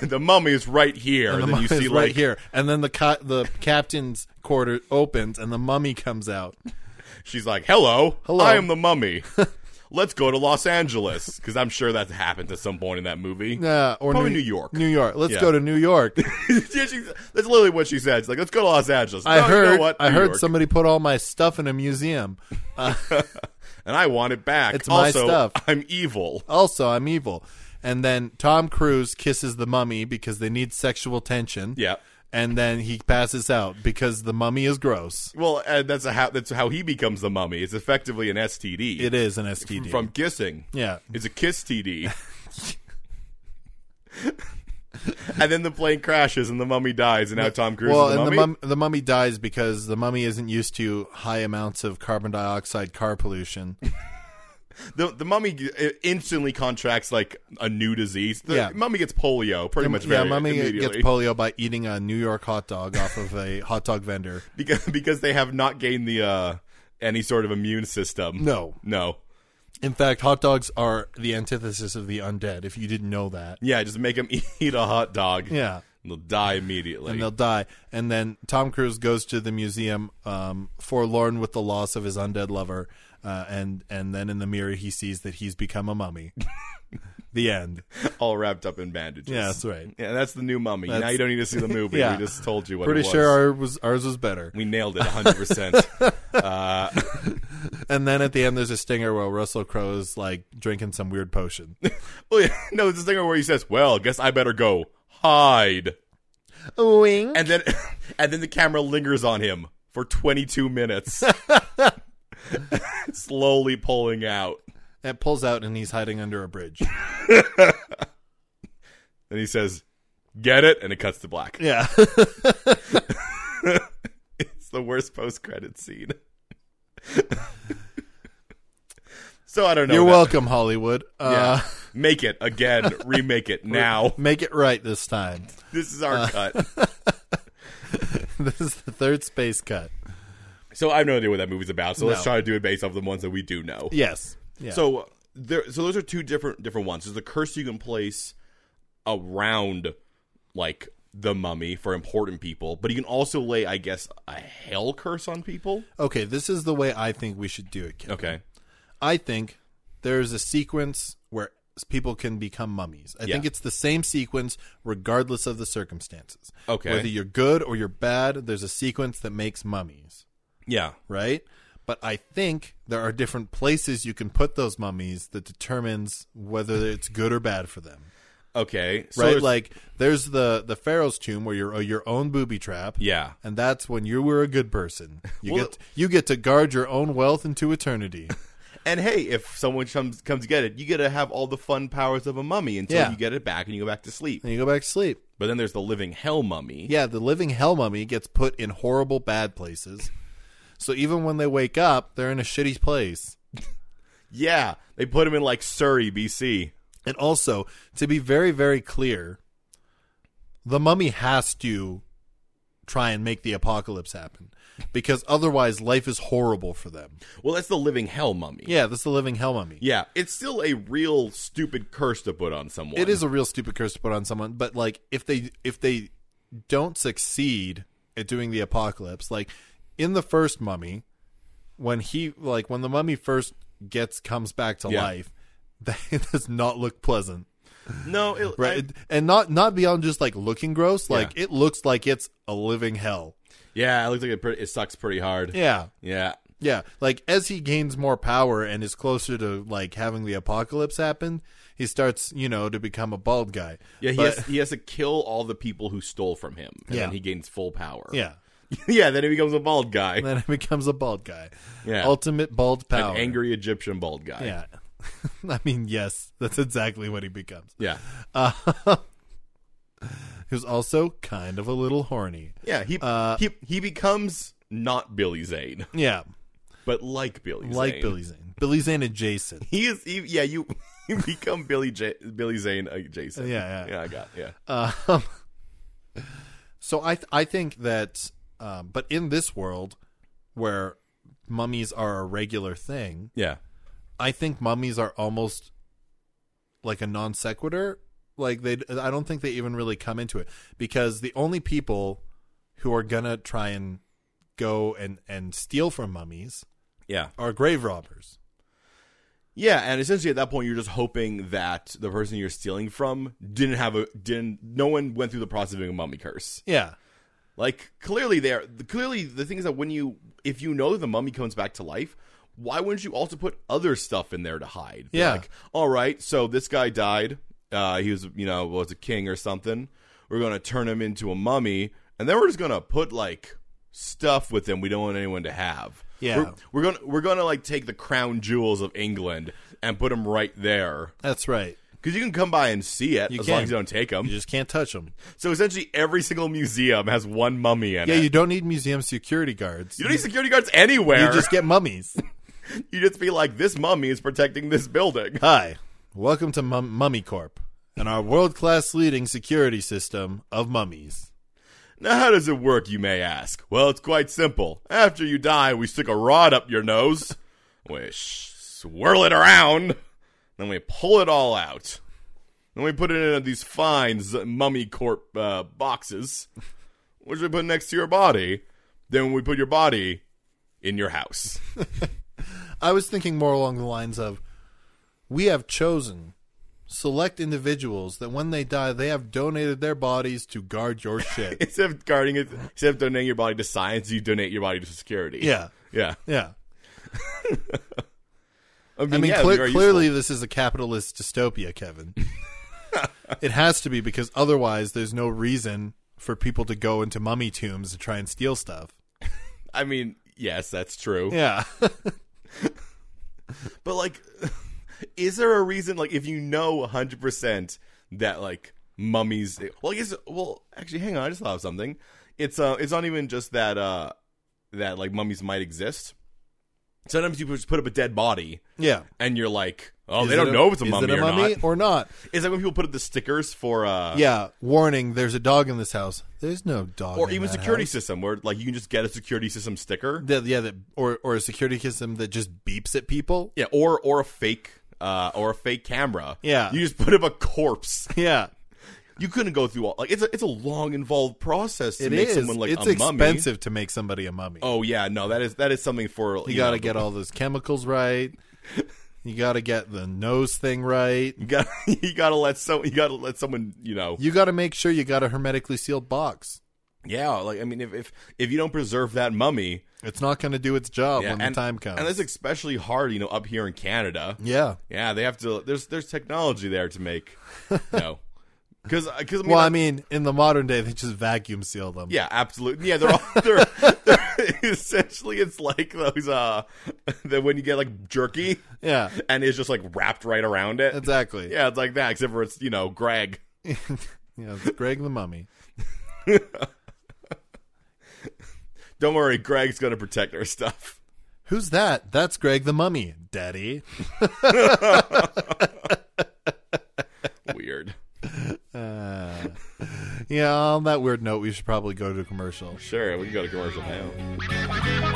[SPEAKER 2] the mummy is right here. And,
[SPEAKER 1] The
[SPEAKER 2] then
[SPEAKER 1] mummy
[SPEAKER 2] you see
[SPEAKER 1] is
[SPEAKER 2] like
[SPEAKER 1] right here, and then the co- the captain's quarter opens and the mummy comes out.
[SPEAKER 2] she's like, "Hello,
[SPEAKER 1] Hello.
[SPEAKER 2] I am the mummy. Let's go to Los Angeles because I'm sure that happened at some point in that movie."
[SPEAKER 1] Uh, or
[SPEAKER 2] Probably New York.
[SPEAKER 1] New York. Let's
[SPEAKER 2] Yeah. Oh,
[SPEAKER 1] go to New York.
[SPEAKER 2] Yeah, she's- that's literally what she said. She's like, "Let's go to Los Angeles."
[SPEAKER 1] I
[SPEAKER 2] No, you know
[SPEAKER 1] heard.
[SPEAKER 2] what?
[SPEAKER 1] I
[SPEAKER 2] New
[SPEAKER 1] heard
[SPEAKER 2] York.
[SPEAKER 1] somebody put all my stuff in a museum.
[SPEAKER 2] and I want it back.
[SPEAKER 1] It's my
[SPEAKER 2] also,
[SPEAKER 1] stuff.
[SPEAKER 2] I'm evil.
[SPEAKER 1] Also, I'm evil. And then Tom Cruise kisses the mummy because they need sexual tension.
[SPEAKER 2] Yeah.
[SPEAKER 1] And then he passes out because the mummy is gross.
[SPEAKER 2] Well, and that's a how that's how he becomes the mummy. It's effectively an STD
[SPEAKER 1] It is an STD.
[SPEAKER 2] from kissing.
[SPEAKER 1] yeah.
[SPEAKER 2] It's a kiss TD. and then the plane crashes and the mummy dies, and now Tom Cruise
[SPEAKER 1] Well,
[SPEAKER 2] is the
[SPEAKER 1] and
[SPEAKER 2] mummy.
[SPEAKER 1] the, mum, the mummy dies because the mummy isn't used to high amounts of carbon dioxide, car pollution.
[SPEAKER 2] the, the mummy g- it instantly contracts like a new disease. The
[SPEAKER 1] Yeah.
[SPEAKER 2] mummy gets polio pretty much.
[SPEAKER 1] yeah,
[SPEAKER 2] very
[SPEAKER 1] mummy gets
[SPEAKER 2] immediately.
[SPEAKER 1] polio by eating a New York hot dog off of a hot dog vendor.
[SPEAKER 2] because because they have not gained the uh, any sort of immune system.
[SPEAKER 1] No,
[SPEAKER 2] no.
[SPEAKER 1] in fact, hot dogs are the antithesis of the undead. If you didn't know that,
[SPEAKER 2] Yeah, just make them eat a hot dog.
[SPEAKER 1] yeah,
[SPEAKER 2] and they'll die immediately.
[SPEAKER 1] and they'll die. And then Tom Cruise goes to the museum, um, forlorn with the loss of his undead lover, uh, and and then in the mirror he sees that he's become a mummy. the end.
[SPEAKER 2] all wrapped up in bandages.
[SPEAKER 1] Yeah, that's right.
[SPEAKER 2] Yeah, that's the new mummy. now
[SPEAKER 1] That's-
[SPEAKER 2] you don't need to see the movie.
[SPEAKER 1] Yeah.
[SPEAKER 2] We just told you what
[SPEAKER 1] Pretty
[SPEAKER 2] it was.
[SPEAKER 1] sure our was ours was better.
[SPEAKER 2] we nailed it 100%. uh,
[SPEAKER 1] And then at the end, there's a stinger where Russell Crowe is like drinking some weird potion.
[SPEAKER 2] well, yeah, no, it's a thing where he says, "Well, guess I better go hide."
[SPEAKER 1] Wing.
[SPEAKER 2] And then and then the camera lingers on him for 22 minutes. Slowly pulling out.
[SPEAKER 1] It pulls out and he's hiding under a bridge.
[SPEAKER 2] And he says, "Get it?" And it cuts to black.
[SPEAKER 1] Yeah.
[SPEAKER 2] It's the worst post-credit scene. so I don't know.
[SPEAKER 1] You're
[SPEAKER 2] that-
[SPEAKER 1] welcome, Hollywood. Uh,
[SPEAKER 2] Yeah. Make it again. Remake it now.
[SPEAKER 1] Make it right this time.
[SPEAKER 2] This is our cut.
[SPEAKER 1] this is the third space cut.
[SPEAKER 2] So I have no idea what that movie's about. So let's
[SPEAKER 1] No.
[SPEAKER 2] try to do it based off the ones that we do know.
[SPEAKER 1] Yes. Yeah.
[SPEAKER 2] So there, so those are two different different ones. There's a curse you can place around, like the mummy for important people, but you can also lay, I guess, a hell curse on people.
[SPEAKER 1] okay, this is the way I think we should do it. Ken.
[SPEAKER 2] Okay,
[SPEAKER 1] I think there is a sequence where people can become mummies. I
[SPEAKER 2] Yeah.
[SPEAKER 1] think it's the same sequence regardless of the circumstances.
[SPEAKER 2] Okay.
[SPEAKER 1] Whether you're good or you're bad, there's a sequence that makes mummies.
[SPEAKER 2] yeah,
[SPEAKER 1] right? But I think there are different places you can put those mummies that determines whether it's good or bad for them.
[SPEAKER 2] Okay. So
[SPEAKER 1] right?
[SPEAKER 2] there's-
[SPEAKER 1] Like there's the the Pharaoh's tomb where you're uh, your own booby trap.
[SPEAKER 2] yeah.
[SPEAKER 1] And that's when you were a good person. You
[SPEAKER 2] Well-
[SPEAKER 1] get you get to guard your own wealth into eternity.
[SPEAKER 2] And hey, if someone comes comes to get it, you get to have all the fun powers of a mummy until
[SPEAKER 1] Yeah.
[SPEAKER 2] you get it back and you go back to sleep.
[SPEAKER 1] and you go back to sleep.
[SPEAKER 2] But then there's the living hell mummy.
[SPEAKER 1] Yeah, the living hell mummy gets put in horrible bad places. So even when they wake up, they're in a shitty place.
[SPEAKER 2] Yeah, they put him in like Surrey, BC.
[SPEAKER 1] And also, to be very very clear, the mummy has to try and make the apocalypse happen because otherwise life is horrible for them.
[SPEAKER 2] Well, that's the living hell mummy.
[SPEAKER 1] Yeah, that's the living hell mummy.
[SPEAKER 2] Yeah, it's still a real stupid curse to put on someone.
[SPEAKER 1] It is a real stupid curse to put on someone, but like if they if they don't succeed at doing the apocalypse, like in the first mummy, when he like when the mummy first gets comes back to
[SPEAKER 2] Yeah.
[SPEAKER 1] life, that it does not look pleasant.
[SPEAKER 2] no, it,
[SPEAKER 1] Right.
[SPEAKER 2] I-
[SPEAKER 1] It- and not not beyond just like looking gross, like it looks like it's a living hell.
[SPEAKER 2] yeah, it looks like it, pretty, it sucks pretty hard.
[SPEAKER 1] Yeah.
[SPEAKER 2] yeah,
[SPEAKER 1] Yeah, like as he gains more power and is closer to like having the apocalypse happen, he starts, you know, to become a bald guy.
[SPEAKER 2] Yeah, he,
[SPEAKER 1] But-
[SPEAKER 2] has, he has to kill all the people who stole from him, and
[SPEAKER 1] Yeah.
[SPEAKER 2] then he gains full power.
[SPEAKER 1] yeah.
[SPEAKER 2] yeah. Then he becomes a bald guy,
[SPEAKER 1] and then it becomes a bald guy.
[SPEAKER 2] Yeah.
[SPEAKER 1] Ultimate bald power.
[SPEAKER 2] an angry Egyptian bald guy.
[SPEAKER 1] Yeah. I mean, yes, that's exactly what he becomes.
[SPEAKER 2] yeah,
[SPEAKER 1] He was also kind of a little horny.
[SPEAKER 2] Yeah, He he he becomes Uh, not Billy Zane,
[SPEAKER 1] Yeah.
[SPEAKER 2] but like Billy.
[SPEAKER 1] Like
[SPEAKER 2] Zane.
[SPEAKER 1] Billy Zane. Billy Zane adjacent.
[SPEAKER 2] He is. He, yeah, you you become Billy J, Billy Zane adjacent.
[SPEAKER 1] Yeah, yeah.
[SPEAKER 2] yeah. I got yeah.
[SPEAKER 1] Um, so I th- I think that, um, but in this world where mummies are a regular thing,
[SPEAKER 2] Yeah.
[SPEAKER 1] I think mummies are almost like a non sequitur. Like they, I don't think they even really come into it because the only people who are gonna try and go and and steal from mummies
[SPEAKER 2] Yeah.
[SPEAKER 1] are grave robbers.
[SPEAKER 2] Yeah, and essentially at that point you're just hoping that the person you're stealing from didn't have a didn't no one went through the process of doing a mummy curse.
[SPEAKER 1] Yeah,
[SPEAKER 2] Like clearly there clearly the thing is that when you if you know the mummy comes back to life, why wouldn't you also put other stuff in there to hide? Be
[SPEAKER 1] Yeah.
[SPEAKER 2] Like, all right, so this guy died. Uh, he was, you know, was a king or something. We're going to turn him into a mummy, and then we're just going to put like stuff with him we don't want anyone to have.
[SPEAKER 1] Yeah.
[SPEAKER 2] We're, we're going to we're going to like take the crown jewels of England and put them right there
[SPEAKER 1] that's right.
[SPEAKER 2] cuz you can come by and see it
[SPEAKER 1] You
[SPEAKER 2] as
[SPEAKER 1] can.
[SPEAKER 2] long as you don't take them.
[SPEAKER 1] You just can't touch them.
[SPEAKER 2] So essentially every single museum has one mummy in
[SPEAKER 1] Yeah,
[SPEAKER 2] it.
[SPEAKER 1] you don't need museum security guards.
[SPEAKER 2] You don't need security guards anywhere.
[SPEAKER 1] You just get mummies.
[SPEAKER 2] you just be like, this mummy is protecting this building.
[SPEAKER 1] Hi, welcome to Mum- Mummy Corp and our world class leading security system of mummies.
[SPEAKER 2] Now, how does it work, you may ask? Well, it's quite simple. After you die, we stick a rod up your nose, we sh- swirl it around, then we pull it all out. Then we put it in these fine Z- mummy corp uh, boxes, which we put next to your body. Then we put your body in your house.
[SPEAKER 1] I was thinking more along the lines of we have chosen select individuals that when they die, they have donated their bodies to guard your shit.
[SPEAKER 2] instead of guarding it, instead of donating your body to science, you donate your body to security.
[SPEAKER 1] yeah.
[SPEAKER 2] yeah.
[SPEAKER 1] Yeah.
[SPEAKER 2] I mean,
[SPEAKER 1] I mean,
[SPEAKER 2] yeah, it'd be
[SPEAKER 1] cle-
[SPEAKER 2] very
[SPEAKER 1] clearly
[SPEAKER 2] useful.
[SPEAKER 1] this is a capitalist dystopia, Kevin. it has to be because otherwise there's no reason for people to go into mummy tombs and try and steal stuff.
[SPEAKER 2] I mean, yes, that's true.
[SPEAKER 1] Yeah.
[SPEAKER 2] But like, is there a reason? Like, if you know hundred percent that like mummies, well, I guess. Well, actually, hang on. I just thought of something. It's uh, it's not even just that uh, that like mummies might exist. Sometimes you just put up a dead body,
[SPEAKER 1] yeah.
[SPEAKER 2] and you're like, oh,
[SPEAKER 1] Is
[SPEAKER 2] they
[SPEAKER 1] it
[SPEAKER 2] don't know if it's a
[SPEAKER 1] is
[SPEAKER 2] mummy,
[SPEAKER 1] it a
[SPEAKER 2] or
[SPEAKER 1] mummy
[SPEAKER 2] not.
[SPEAKER 1] or not.
[SPEAKER 2] It's like when people put up the stickers for uh,
[SPEAKER 1] Yeah. Warning, there's a dog in this house. There's no dog
[SPEAKER 2] or
[SPEAKER 1] in
[SPEAKER 2] even
[SPEAKER 1] that
[SPEAKER 2] security
[SPEAKER 1] house.
[SPEAKER 2] system where like you can just get a security system sticker.
[SPEAKER 1] that yeah that or or a security system that just beeps at people
[SPEAKER 2] Yeah, or or a fake uh or a fake camera.
[SPEAKER 1] Yeah.
[SPEAKER 2] You just put up a corpse.
[SPEAKER 1] yeah
[SPEAKER 2] You couldn't go through all like it's a it's a long involved process to
[SPEAKER 1] it
[SPEAKER 2] make
[SPEAKER 1] is.
[SPEAKER 2] someone like
[SPEAKER 1] it's
[SPEAKER 2] a
[SPEAKER 1] expensive to make somebody a mummy
[SPEAKER 2] mummy. Oh yeah, no, that is that is something for you,
[SPEAKER 1] you got to
[SPEAKER 2] know,
[SPEAKER 1] get all those chemicals right you got to get the nose thing right
[SPEAKER 2] you got you gotta let some you gotta let someone you know
[SPEAKER 1] you got to make sure you got a hermetically sealed box
[SPEAKER 2] yeah like I mean if if, if you don't preserve that mummy
[SPEAKER 1] it's not going to do its job
[SPEAKER 2] yeah,
[SPEAKER 1] when
[SPEAKER 2] and,
[SPEAKER 1] the time comes
[SPEAKER 2] and that's especially hard you know up here in Canada
[SPEAKER 1] yeah
[SPEAKER 2] yeah they have to there's there's technology there to make you know Because because I mean,
[SPEAKER 1] well,
[SPEAKER 2] I-
[SPEAKER 1] I mean, in the modern day, they just vacuum seal them.
[SPEAKER 2] Yeah, absolutely. Yeah, they're all they're, they're essentially it's like those uh that when you get like jerky
[SPEAKER 1] Yeah,
[SPEAKER 2] and it's just like wrapped right around it.
[SPEAKER 1] exactly.
[SPEAKER 2] yeah, it's like that except for it's you know Greg.
[SPEAKER 1] Yeah, it's Greg the Mummy.
[SPEAKER 2] Don't worry, Greg's gonna protect our stuff.
[SPEAKER 1] Who's that? That's Greg the Mummy, Daddy.
[SPEAKER 2] Weird.
[SPEAKER 1] Uh, yeah, on that weird note, we should probably go to commercial.
[SPEAKER 2] Sure, we can go to commercial now.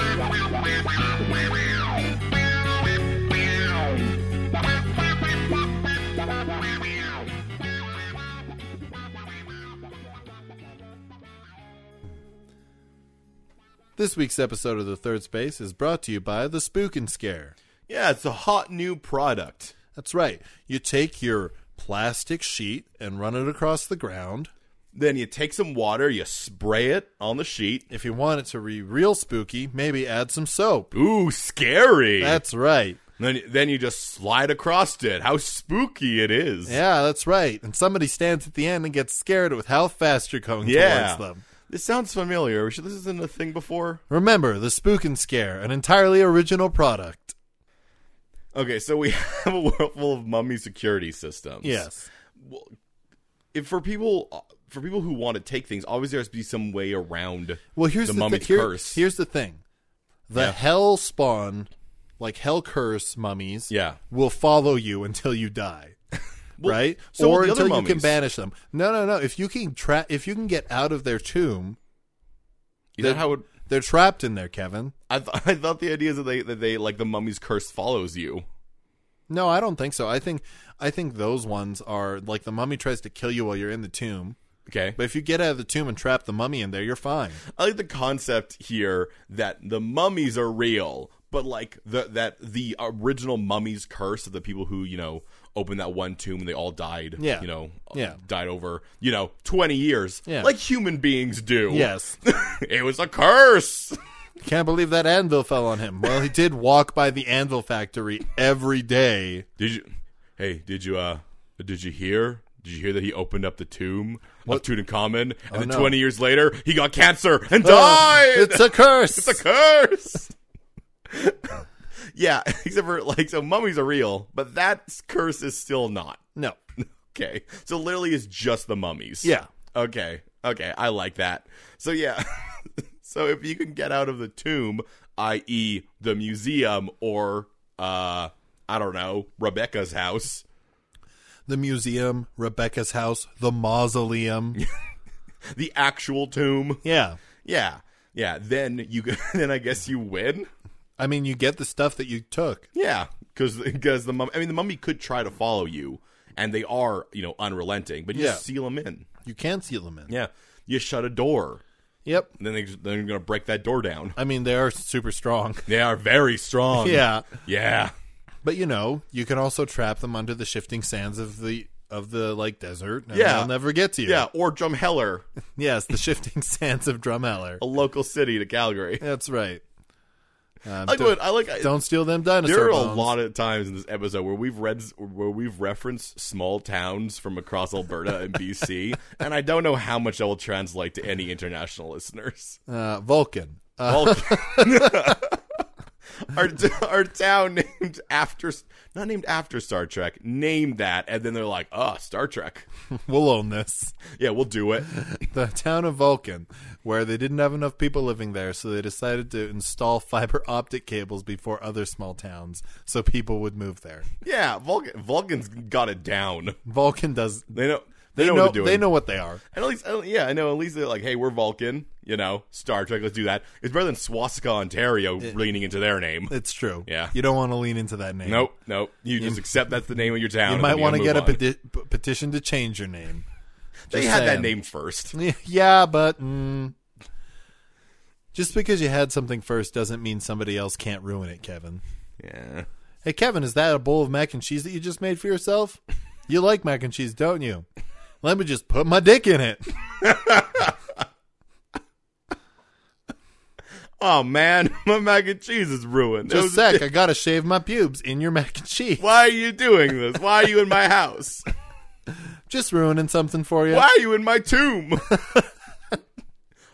[SPEAKER 1] This week's episode of The Third Space is brought to you by The Spook and Scare.
[SPEAKER 2] Yeah, it's a hot new product.
[SPEAKER 1] That's right. You take your plastic sheet and run it across the ground.
[SPEAKER 2] Then you take some water, you spray it on the sheet.
[SPEAKER 1] If you want it to be real spooky, maybe add some soap.
[SPEAKER 2] Ooh, scary.
[SPEAKER 1] That's right.
[SPEAKER 2] then then you just slide across it. How spooky it is.
[SPEAKER 1] Yeah, that's right. And somebody stands at the end and gets scared with how fast you're going
[SPEAKER 2] Yeah.
[SPEAKER 1] towards them.
[SPEAKER 2] This sounds familiar. This isn't a thing before.
[SPEAKER 1] Remember, the Spook and Scare, an entirely original product.
[SPEAKER 2] Okay, so we have a world full of mummy security systems.
[SPEAKER 1] Yes.
[SPEAKER 2] If for people uh, for people who want to take things, always there has to be some way around.
[SPEAKER 1] Well, here's
[SPEAKER 2] The
[SPEAKER 1] the,
[SPEAKER 2] mummy's
[SPEAKER 1] thi- here-
[SPEAKER 2] curse.
[SPEAKER 1] Here's the thing: the
[SPEAKER 2] Yeah.
[SPEAKER 1] hell spawn, like hell curse mummies,
[SPEAKER 2] Yeah.
[SPEAKER 1] will follow you until you die, right?
[SPEAKER 2] so will
[SPEAKER 1] or
[SPEAKER 2] the other
[SPEAKER 1] until you can
[SPEAKER 2] mummies.
[SPEAKER 1] banish them. No, no, no. If you can tra- if you can get out of their tomb,
[SPEAKER 2] Is that how it,
[SPEAKER 1] they're trapped in there, Kevin.
[SPEAKER 2] I, th- I thought the idea is that they that they like the mummy's curse follows you.
[SPEAKER 1] No, I don't think so. I think I think those ones are like the mummy tries to kill you while you're in the tomb.
[SPEAKER 2] Okay,
[SPEAKER 1] But if you get out of the tomb and trap the mummy in there, you're fine.
[SPEAKER 2] I like the concept here that the mummies are real, but like the that the original mummy's curse of the people who you know opened that one tomb and they all died.
[SPEAKER 1] Yeah.
[SPEAKER 2] you know,
[SPEAKER 1] Yeah.
[SPEAKER 2] died over you know twenty years,
[SPEAKER 1] Yeah.
[SPEAKER 2] like human beings do.
[SPEAKER 1] Yes.
[SPEAKER 2] it was a curse.
[SPEAKER 1] Can't believe that anvil fell on him. Well, he did walk by the anvil factory every day.
[SPEAKER 2] Did you? Hey, did you? uh Did you hear? Did you hear that he opened up the tomb of Tutankhamun, and then
[SPEAKER 1] no.
[SPEAKER 2] twenty years later he got cancer and
[SPEAKER 1] Oh,
[SPEAKER 2] died?
[SPEAKER 1] It's a curse.
[SPEAKER 2] Oh, It's a curse. yeah, except for like so mummies are real, but that curse is still not.
[SPEAKER 1] no.
[SPEAKER 2] Okay. So literally it's just the mummies.
[SPEAKER 1] Yeah.
[SPEAKER 2] Okay. Okay, I like that. So yeah. so if you can get out of the tomb, i.e. the museum or uh I don't know, Rebecca's house.
[SPEAKER 1] The museum, Rebecca's house, the mausoleum.
[SPEAKER 2] The actual tomb.
[SPEAKER 1] yeah.
[SPEAKER 2] Yeah. Yeah, then you then I guess you win.
[SPEAKER 1] I mean, you get the stuff that you took.
[SPEAKER 2] Yeah, because the mummy. I mean, the mummy could try to follow you, and they are you know unrelenting, but you
[SPEAKER 1] Yeah.
[SPEAKER 2] just seal them in.
[SPEAKER 1] You can seal them in.
[SPEAKER 2] Yeah, you shut a door,
[SPEAKER 1] Yep.
[SPEAKER 2] and then they just, they're gonna break that door down.
[SPEAKER 1] I mean, they are super strong.
[SPEAKER 2] They are very strong.
[SPEAKER 1] yeah.
[SPEAKER 2] yeah,
[SPEAKER 1] But you know, you can also trap them under the shifting sands of the of the like desert and
[SPEAKER 2] Yeah.
[SPEAKER 1] they'll never get to you.
[SPEAKER 2] yeah. Or Drumheller,
[SPEAKER 1] Yes, the shifting sands of Drumheller.
[SPEAKER 2] a local city to Calgary.
[SPEAKER 1] That's right. Um,
[SPEAKER 2] I like.
[SPEAKER 1] don't,
[SPEAKER 2] What, I like.
[SPEAKER 1] don't steal them dinosaur
[SPEAKER 2] there are a
[SPEAKER 1] bones.
[SPEAKER 2] lot of times in this episode where we've read where we've referenced small towns from across Alberta and BC, and I don't know how much that will translate to any international listeners.
[SPEAKER 1] uh, Vulcan. Uh,
[SPEAKER 2] All- our our town named after not named after Star Trek, named that, and then they're like, "Ah, Star Trek."
[SPEAKER 1] we'll own this.
[SPEAKER 2] Yeah, we'll do it.
[SPEAKER 1] the town of Vulcan, where they didn't have enough people living there, so they decided to install fiber optic cables before other small towns, so people would move there.
[SPEAKER 2] Yeah, Vulcan Vulcan's got it down.
[SPEAKER 1] Vulcan does.
[SPEAKER 2] They know they,
[SPEAKER 1] They,
[SPEAKER 2] know,
[SPEAKER 1] know.
[SPEAKER 2] what to do.
[SPEAKER 1] they know what they are.
[SPEAKER 2] At least, at- yeah, I know. At least they're like, "Hey, we're Vulcan." You know, Star Trek. Let's do that. It's better than Swastika, Ontario, leaning into their name.
[SPEAKER 1] It's true.
[SPEAKER 2] Yeah.
[SPEAKER 1] You don't want to lean into that name.
[SPEAKER 2] Nope, nope. You just accept that's the name of your town.
[SPEAKER 1] You
[SPEAKER 2] and
[SPEAKER 1] might
[SPEAKER 2] then
[SPEAKER 1] want to
[SPEAKER 2] move
[SPEAKER 1] get a
[SPEAKER 2] on.
[SPEAKER 1] peti- p- petition to change your name.
[SPEAKER 2] They
[SPEAKER 1] Just
[SPEAKER 2] had that
[SPEAKER 1] saying.
[SPEAKER 2] name first.
[SPEAKER 1] Yeah, but mm, just because you had something first doesn't mean somebody else can't ruin it, Kevin.
[SPEAKER 2] Yeah.
[SPEAKER 1] Hey, Kevin, is that a bowl of mac and cheese that you just made for yourself? You like mac and cheese, don't you? Let me just put my dick in it.
[SPEAKER 2] Oh man, my mac and cheese is ruined. It
[SPEAKER 1] Just a
[SPEAKER 2] was-
[SPEAKER 1] sec, I gotta shave my pubes in your mac and cheese.
[SPEAKER 2] Why are you doing this? Why are you in my house?
[SPEAKER 1] Just ruining something for you.
[SPEAKER 2] Why are you in my tomb?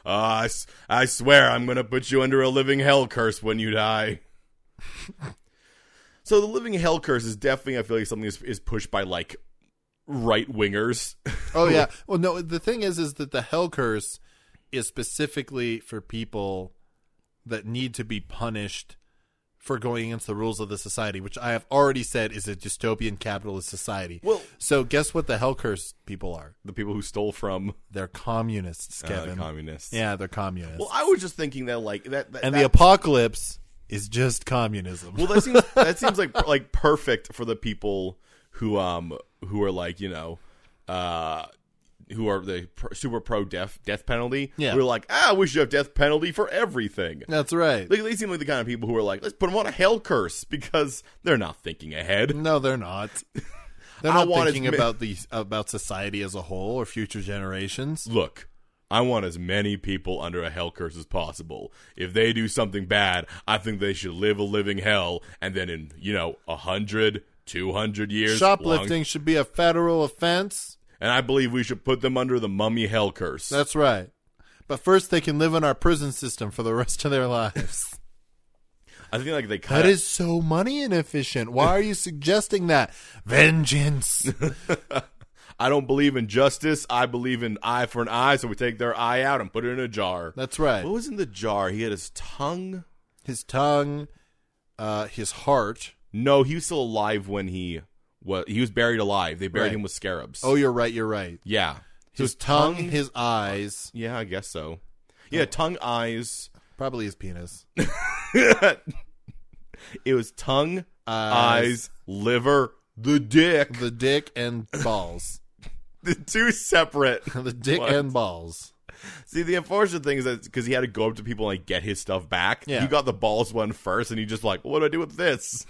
[SPEAKER 2] Ah, I, s- I swear I'm going to put you under a living hell curse when you die. so the living hell curse is definitely, I feel like, something is, is pushed by, like, right wingers.
[SPEAKER 1] Oh yeah. Well, no. The thing is, is that the hell curse is specifically for people that need to be punished for going against the rules of the society, which I have already said is a dystopian capitalist society.
[SPEAKER 2] Well-
[SPEAKER 1] so guess what? The hell curse people are.
[SPEAKER 2] the people who stole from
[SPEAKER 1] They're communists,
[SPEAKER 2] uh,
[SPEAKER 1] Kevin.
[SPEAKER 2] communists.
[SPEAKER 1] yeah, they're communists.
[SPEAKER 2] Well, I was just thinking that, like, that. that
[SPEAKER 1] and the
[SPEAKER 2] that-
[SPEAKER 1] apocalypse is just communism.
[SPEAKER 2] Well, that seems that seems like like perfect for the people who um who are like you know, uh, who are the pr- super pro death death penalty.
[SPEAKER 1] Yeah.
[SPEAKER 2] we're like ah, we should have death penalty for everything.
[SPEAKER 1] That's right.
[SPEAKER 2] Like they seem like the kind of people who are like, let's put them on a hell curse because they're not thinking ahead.
[SPEAKER 1] No, they're not. They're
[SPEAKER 2] I
[SPEAKER 1] not
[SPEAKER 2] want as
[SPEAKER 1] thinking
[SPEAKER 2] ma-
[SPEAKER 1] about the about society as a whole or future generations.
[SPEAKER 2] Look. I want as many people under a hell curse as possible. If they do something bad, I think they should live a living hell, and then in, you know, a hundred, two hundred years, long
[SPEAKER 1] Shoplifting should be a federal offense.
[SPEAKER 2] and I believe we should put them under the mummy hell curse.
[SPEAKER 1] That's right. But first, they can live in our prison system for the rest of their lives.
[SPEAKER 2] I think like they cut
[SPEAKER 1] that is so money inefficient. Why are you suggesting that? Vengeance.
[SPEAKER 2] I don't believe in justice. I believe in eye for an eye. So we take their eye out and put it in a jar.
[SPEAKER 1] That's right.
[SPEAKER 2] What was in the jar? He had his tongue.
[SPEAKER 1] His tongue, uh, his heart.
[SPEAKER 2] No, he was still alive when he was. He was buried alive. They buried
[SPEAKER 1] Right.
[SPEAKER 2] him with scarabs.
[SPEAKER 1] Oh, you're right. You're right.
[SPEAKER 2] yeah. So
[SPEAKER 1] His tongue, his eyes,
[SPEAKER 2] Yeah, I guess so. Yeah, tongue, eyes.
[SPEAKER 1] probably his penis.
[SPEAKER 2] it was tongue, eyes, liver, the dick.
[SPEAKER 1] the dick and balls.
[SPEAKER 2] The two separate.
[SPEAKER 1] the dick
[SPEAKER 2] What?
[SPEAKER 1] and balls.
[SPEAKER 2] See, the unfortunate thing is that because he had to go up to people and like, get his stuff back,
[SPEAKER 1] Yeah.
[SPEAKER 2] he got the balls one first, and he just like, what do I do with this?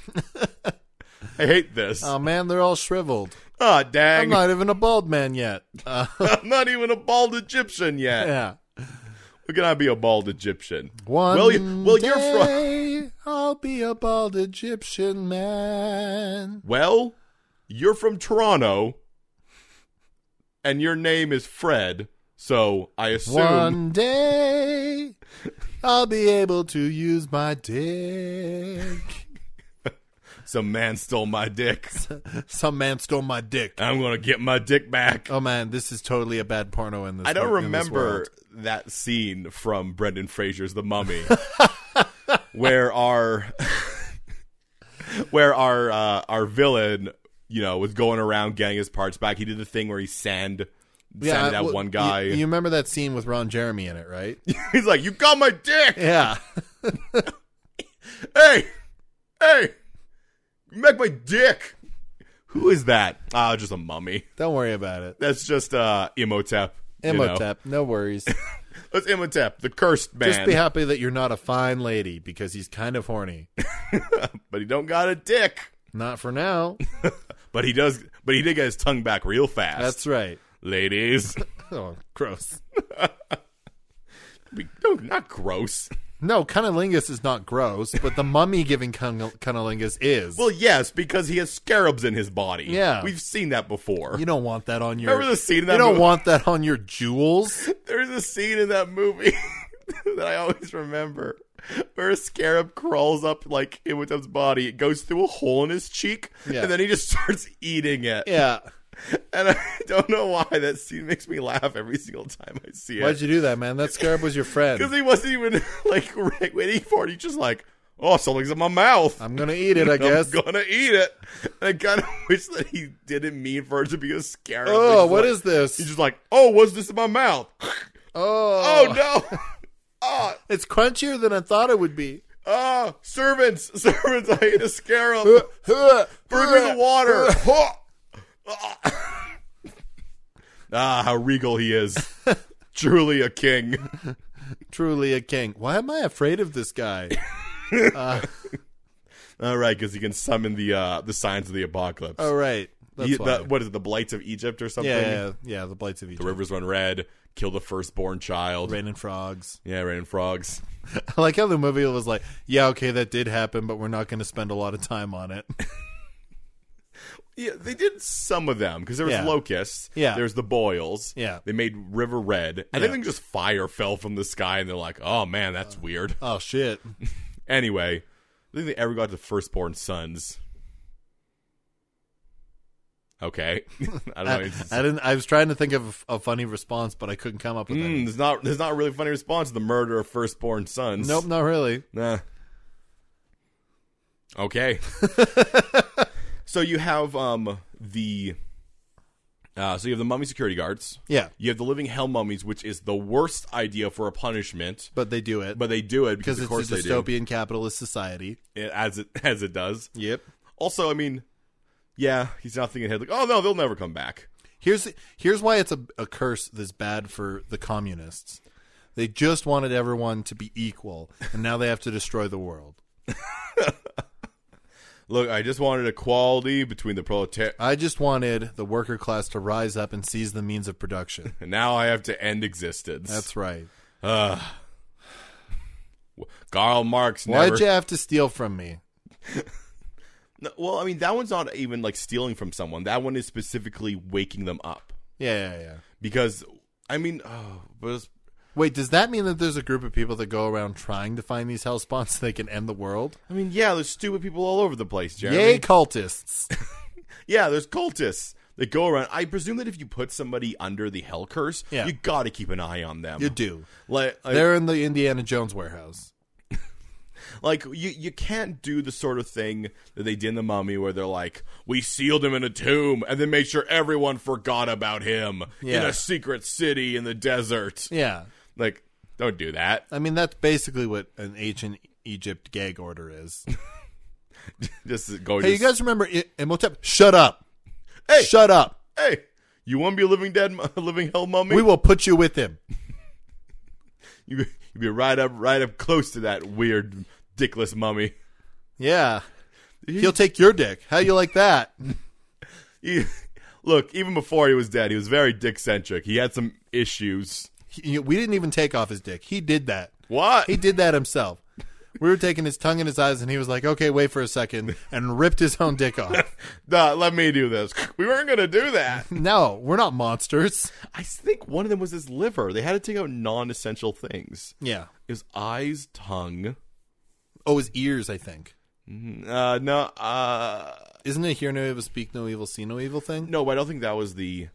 [SPEAKER 2] I hate this.
[SPEAKER 1] Oh man, they're all shriveled.
[SPEAKER 2] Ah, dang!
[SPEAKER 1] I'm not even a bald man yet. Uh,
[SPEAKER 2] even a bald Egyptian yet.
[SPEAKER 1] yeah.
[SPEAKER 2] What can I be a bald Egyptian?
[SPEAKER 1] One
[SPEAKER 2] Well, you- well, you're from-
[SPEAKER 1] day I'll be a bald Egyptian man.
[SPEAKER 2] Well, you're from Toronto, and your name is Fred, so I assume
[SPEAKER 1] One day I'll be able to use my dick.
[SPEAKER 2] some man stole my dick.
[SPEAKER 1] Some man stole my dick.
[SPEAKER 2] I'm gonna get my dick back.
[SPEAKER 1] Oh man, this is totally a bad porno in this.
[SPEAKER 2] I don't
[SPEAKER 1] wor- in this
[SPEAKER 2] remember
[SPEAKER 1] world.
[SPEAKER 2] that scene from Brendan Fraser's The Mummy, where our where our uh, our villain, you know, was going around getting his parts back. He did the thing where he sand
[SPEAKER 1] I-
[SPEAKER 2] sanded that
[SPEAKER 1] well,
[SPEAKER 2] one guy.
[SPEAKER 1] You, you remember that scene with Ron Jeremy in it, right?
[SPEAKER 2] He's like, "You got my dick,
[SPEAKER 1] yeah.
[SPEAKER 2] hey, hey, you make my dick." Who is that? Ah, just a mummy.
[SPEAKER 1] Don't worry about it.
[SPEAKER 2] That's just uh, Imhotep. you know.
[SPEAKER 1] Imhotep, no worries.
[SPEAKER 2] That's Imhotep, the cursed man.
[SPEAKER 1] Just be happy that you're not a fine lady because he's kind of horny.
[SPEAKER 2] but he don't got a dick.
[SPEAKER 1] Not for now.
[SPEAKER 2] But he does. But he did get his tongue back real fast,
[SPEAKER 1] That's right.
[SPEAKER 2] ladies.
[SPEAKER 1] Oh, gross.
[SPEAKER 2] We- no, not gross.
[SPEAKER 1] No, cunnilingus is not gross, but the mummy giving cun- cunnilingus is.
[SPEAKER 2] Well, yes, because he has scarabs in his body.
[SPEAKER 1] Yeah.
[SPEAKER 2] we've seen that before.
[SPEAKER 1] you don't want that on your.
[SPEAKER 2] Remember the scene in that
[SPEAKER 1] you don't
[SPEAKER 2] movie?
[SPEAKER 1] want that on your jewels.
[SPEAKER 2] There's a scene in that movie that I always remember where a scarab crawls up like Imhotep's body. It goes through a hole in his cheek,
[SPEAKER 1] Yeah.
[SPEAKER 2] and then he just starts eating it.
[SPEAKER 1] Yeah.
[SPEAKER 2] And I don't know why that scene makes me laugh every single time I see it.
[SPEAKER 1] Why'd you do that, man? That scarab was your
[SPEAKER 2] Because
[SPEAKER 1] friend.
[SPEAKER 2] he wasn't even like waiting for it. He's just like, oh, something's in my mouth.
[SPEAKER 1] I'm gonna eat it, I guess.
[SPEAKER 2] I'm gonna eat it. And I kind of wish that he didn't mean for it to be a scarab.
[SPEAKER 1] Oh,
[SPEAKER 2] He's
[SPEAKER 1] what
[SPEAKER 2] like-
[SPEAKER 1] is this?
[SPEAKER 2] He's just like, oh, what's this in my mouth?
[SPEAKER 1] oh,
[SPEAKER 2] Oh, no. Ah,
[SPEAKER 1] it's crunchier than I thought it would be.
[SPEAKER 2] ah, servants, servants, I ate a scarab. Bring me the
[SPEAKER 1] Bring
[SPEAKER 2] water. Huh. Ah. ah, how regal he is. Truly a king.
[SPEAKER 1] Truly a king. Why am I afraid of this guy?
[SPEAKER 2] All right, because he can summon the uh, the signs of the apocalypse.
[SPEAKER 1] Oh, right. That's
[SPEAKER 2] He-
[SPEAKER 1] why.
[SPEAKER 2] the- what is it? The blights of Egypt or something?
[SPEAKER 1] yeah, yeah, yeah, the blights of Egypt.
[SPEAKER 2] The rivers run red. Kill the firstborn child.
[SPEAKER 1] Rain and frogs.
[SPEAKER 2] Yeah, rain and frogs.
[SPEAKER 1] I like how the movie was like, yeah, okay, that did happen, but we're not going to spend a lot of time on it.
[SPEAKER 2] Yeah, they did some of them because there was
[SPEAKER 1] Yeah.
[SPEAKER 2] locusts.
[SPEAKER 1] Yeah.
[SPEAKER 2] there's the boils.
[SPEAKER 1] Yeah.
[SPEAKER 2] they made river red, and
[SPEAKER 1] Yeah.
[SPEAKER 2] then just fire fell from the sky, and they're like, "Oh man, that's weird."
[SPEAKER 1] Oh shit.
[SPEAKER 2] Anyway, I think they ever got to firstborn sons. Okay, I
[SPEAKER 1] I,
[SPEAKER 2] don't know. It's,
[SPEAKER 1] I didn't. I was trying to think of a funny response, but I couldn't come up with it.
[SPEAKER 2] Mm, there's not there's not a really funny response to the murder of firstborn sons.
[SPEAKER 1] Nope, not really.
[SPEAKER 2] Nah. Okay. so you have um the uh, so you have the mummy security guards.
[SPEAKER 1] Yeah,
[SPEAKER 2] You have the living hell mummies, which is the worst idea for a punishment,
[SPEAKER 1] but they do it
[SPEAKER 2] but they do it
[SPEAKER 1] because
[SPEAKER 2] because of
[SPEAKER 1] it's
[SPEAKER 2] course
[SPEAKER 1] a
[SPEAKER 2] they do.
[SPEAKER 1] dystopian capitalist society.
[SPEAKER 2] It- as it as it does.
[SPEAKER 1] Yep.
[SPEAKER 2] Also, I mean, yeah, he's not thinking ahead like, oh no, they'll never come back.
[SPEAKER 1] Here's here's why it's a, a curse that's bad for the communists. They just wanted everyone to be equal, and now they have to destroy the world.
[SPEAKER 2] Look, I just wanted equality between the proletariat.
[SPEAKER 1] I just wanted the worker class to rise up and seize the means of production.
[SPEAKER 2] And now I have to end existence.
[SPEAKER 1] That's right.
[SPEAKER 2] Karl Marx never.
[SPEAKER 1] Why'd you have to steal from me?
[SPEAKER 2] No, well, I mean, that one's not even like stealing from someone. That one is specifically waking them up
[SPEAKER 1] Yeah, yeah, yeah.
[SPEAKER 2] because I mean, oh, but it's-
[SPEAKER 1] Wait, does that mean that there's a group of people that go around trying to find these hell spawns so they can end the world?
[SPEAKER 2] I mean, yeah, there's stupid people all over the place, Jeremy.
[SPEAKER 1] Yay, cultists!
[SPEAKER 2] Yeah, there's cultists that go around. I presume that if you put somebody under the hell curse,
[SPEAKER 1] Yeah.
[SPEAKER 2] you got to keep an eye on them.
[SPEAKER 1] You do.
[SPEAKER 2] like, like,
[SPEAKER 1] They're in the Indiana Jones warehouse.
[SPEAKER 2] like, you you can't do the sort of thing that they did in the Mummy, where they're like, we sealed him in a tomb and then made sure everyone forgot about him in
[SPEAKER 1] Yeah.
[SPEAKER 2] a secret city in the desert.
[SPEAKER 1] Yeah.
[SPEAKER 2] Like, don't do that.
[SPEAKER 1] I mean, that's basically what an ancient Egypt gag order is.
[SPEAKER 2] Just go.
[SPEAKER 1] Hey, you
[SPEAKER 2] just-
[SPEAKER 1] guys remember I- Imhotep? Shut up.
[SPEAKER 2] Hey!
[SPEAKER 1] Shut up.
[SPEAKER 2] hey, you want to be a living dead, mu- living hell mummy?
[SPEAKER 1] We will put you with him.
[SPEAKER 2] you, you'd be right up, right up close to that weird, dickless mummy.
[SPEAKER 1] Yeah. He'll take your dick. How you like that?
[SPEAKER 2] He- look, even before he was dead, he was very dick centric. He had some issues.
[SPEAKER 1] He- we didn't even take off his dick. He did that.
[SPEAKER 2] What?
[SPEAKER 1] He did that himself. We were taking his tongue in his eyes, and he was like, okay, wait for a second, and ripped his own dick off.
[SPEAKER 2] Nah, let me do this. We weren't gonna do that.
[SPEAKER 1] No, we're not monsters.
[SPEAKER 2] I think one of them was his liver. They had to take out non-essential things:
[SPEAKER 1] Yeah.
[SPEAKER 2] his eyes, tongue.
[SPEAKER 1] Oh, his ears, I think.
[SPEAKER 2] Uh, no, uh,
[SPEAKER 1] Isn't it hear no evil, speak no evil, see no evil thing?
[SPEAKER 2] no. I don't think that was the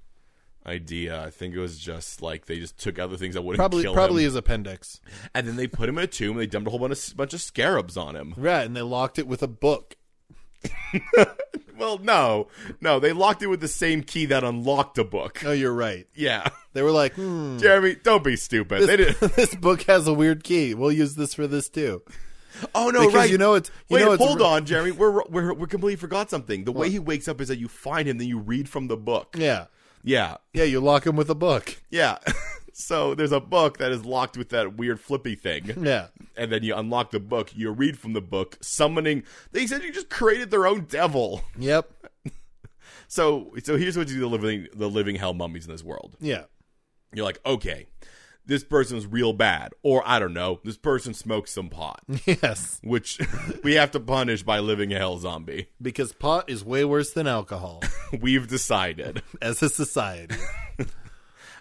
[SPEAKER 2] idea. I think it was just like they just took out the things that wouldn't
[SPEAKER 1] Probably,
[SPEAKER 2] kill him.
[SPEAKER 1] probably his appendix.
[SPEAKER 2] And then they put him in a tomb and they dumped a whole bunch of, bunch of scarabs on him.
[SPEAKER 1] Right, and they locked it with a book.
[SPEAKER 2] Well, no. No, they locked it with the same key that unlocked a book.
[SPEAKER 1] Oh, you're right.
[SPEAKER 2] Yeah.
[SPEAKER 1] They were like, hmm,
[SPEAKER 2] Jeremy, don't be stupid. They did
[SPEAKER 1] this book has a weird key. We'll use this for this too.
[SPEAKER 2] Oh no,
[SPEAKER 1] Because
[SPEAKER 2] right.
[SPEAKER 1] you know it's you
[SPEAKER 2] Wait,
[SPEAKER 1] know it's
[SPEAKER 2] hold on, Jeremy. We're, we're we completely forgot something. The way he wakes up is that you find him, then you read from the book.
[SPEAKER 1] Yeah.
[SPEAKER 2] Yeah.
[SPEAKER 1] Yeah, you lock him with a book.
[SPEAKER 2] Yeah. so there's a book that is locked with that weird flippy thing.
[SPEAKER 1] Yeah.
[SPEAKER 2] And then you unlock the book, you read from the book, summoning they said you just created their own devil.
[SPEAKER 1] Yep.
[SPEAKER 2] So so here's what you do the living the living hell mummies in this world.
[SPEAKER 1] Yeah.
[SPEAKER 2] you're like, okay, this person's real bad, or I don't know, this person smokes some pot,
[SPEAKER 1] Yes.
[SPEAKER 2] which we have to punish by living a hell zombie.
[SPEAKER 1] Because pot is way worse than alcohol
[SPEAKER 2] We've decided.
[SPEAKER 1] as a society.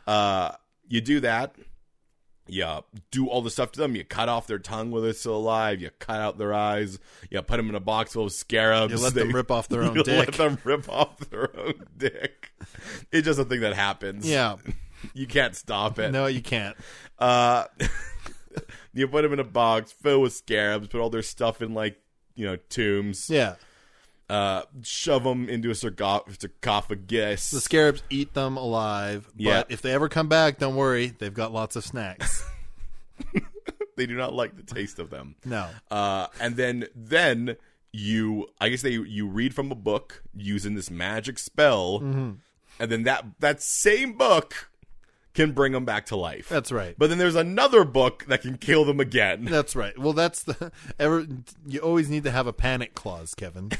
[SPEAKER 2] Uh, you do that. You do all the stuff to them. You cut off their tongue while they're still alive. You cut out their eyes. You put them in a box full of scarabs.
[SPEAKER 1] You let them
[SPEAKER 2] They-
[SPEAKER 1] rip off their own
[SPEAKER 2] you
[SPEAKER 1] dick.
[SPEAKER 2] let them rip off their own dick. It's just a thing that happens.
[SPEAKER 1] yeah.
[SPEAKER 2] You can't stop it.
[SPEAKER 1] No, you can't.
[SPEAKER 2] Uh, you put them in a box filled with scarabs, put all their stuff in like you know tombs,
[SPEAKER 1] Yeah.
[SPEAKER 2] uh, shove them into a sarcoph- sarcophagus.
[SPEAKER 1] The scarabs eat them alive.
[SPEAKER 2] Yeah.
[SPEAKER 1] But if they ever come back, don't worry. They've got lots of snacks.
[SPEAKER 2] they do not like the taste of them.
[SPEAKER 1] No.
[SPEAKER 2] Uh, and then then you, I guess they you read from a book using this magic spell,
[SPEAKER 1] Mm-hmm.
[SPEAKER 2] and then that that same book can bring them back to life.
[SPEAKER 1] That's right.
[SPEAKER 2] but then there's another book that can kill them again,
[SPEAKER 1] That's right. Well, that's the ever. You always need to have a panic clause, Kevin.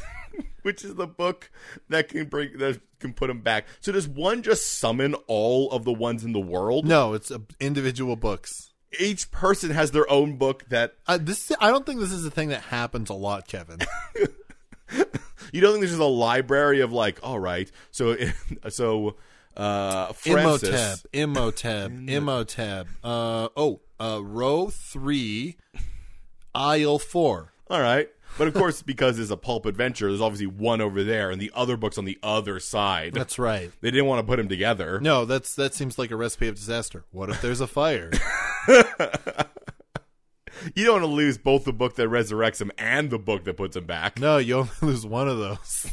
[SPEAKER 2] which is the book that can bring that can put them back. So does one just summon all of the ones in the world?
[SPEAKER 1] No, it's uh, individual books.
[SPEAKER 2] Each person has their own book that
[SPEAKER 1] Uh, this I don't think this is a thing that happens a lot, Kevin.
[SPEAKER 2] You don't think there's just a library of like, all right, so so uh, Francis.
[SPEAKER 1] Imhotep, Imhotep, Imhotep. Uh, oh, uh, row three, aisle four.
[SPEAKER 2] All right. But of course, because it's a pulp adventure, there's obviously one over there and the other book's on the other side.
[SPEAKER 1] That's right.
[SPEAKER 2] they didn't want to put them together.
[SPEAKER 1] No, that's that seems like a recipe of disaster. What if there's a fire?
[SPEAKER 2] You don't want to lose both the book that resurrects him and the book that puts him back.
[SPEAKER 1] no, you only lose one of those.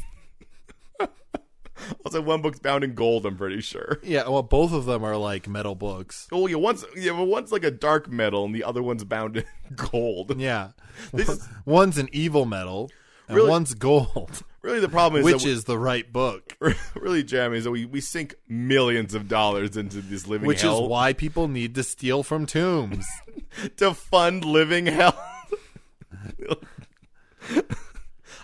[SPEAKER 2] Also, one book's bound in gold, I'm pretty sure.
[SPEAKER 1] Yeah, well, both of them are like metal books.
[SPEAKER 2] Well, yeah, one's, yeah, but one's like a dark metal and the other one's bound in gold.
[SPEAKER 1] Yeah,
[SPEAKER 2] This is-
[SPEAKER 1] one's an evil metal, and
[SPEAKER 2] Really?
[SPEAKER 1] one's gold,
[SPEAKER 2] Really, the problem is
[SPEAKER 1] which
[SPEAKER 2] that
[SPEAKER 1] is the right book.
[SPEAKER 2] we, really, Jeremy, is that we, we sink millions of dollars into this living
[SPEAKER 1] Which
[SPEAKER 2] hell
[SPEAKER 1] is why people need to steal from tombs.
[SPEAKER 2] to fund living hell.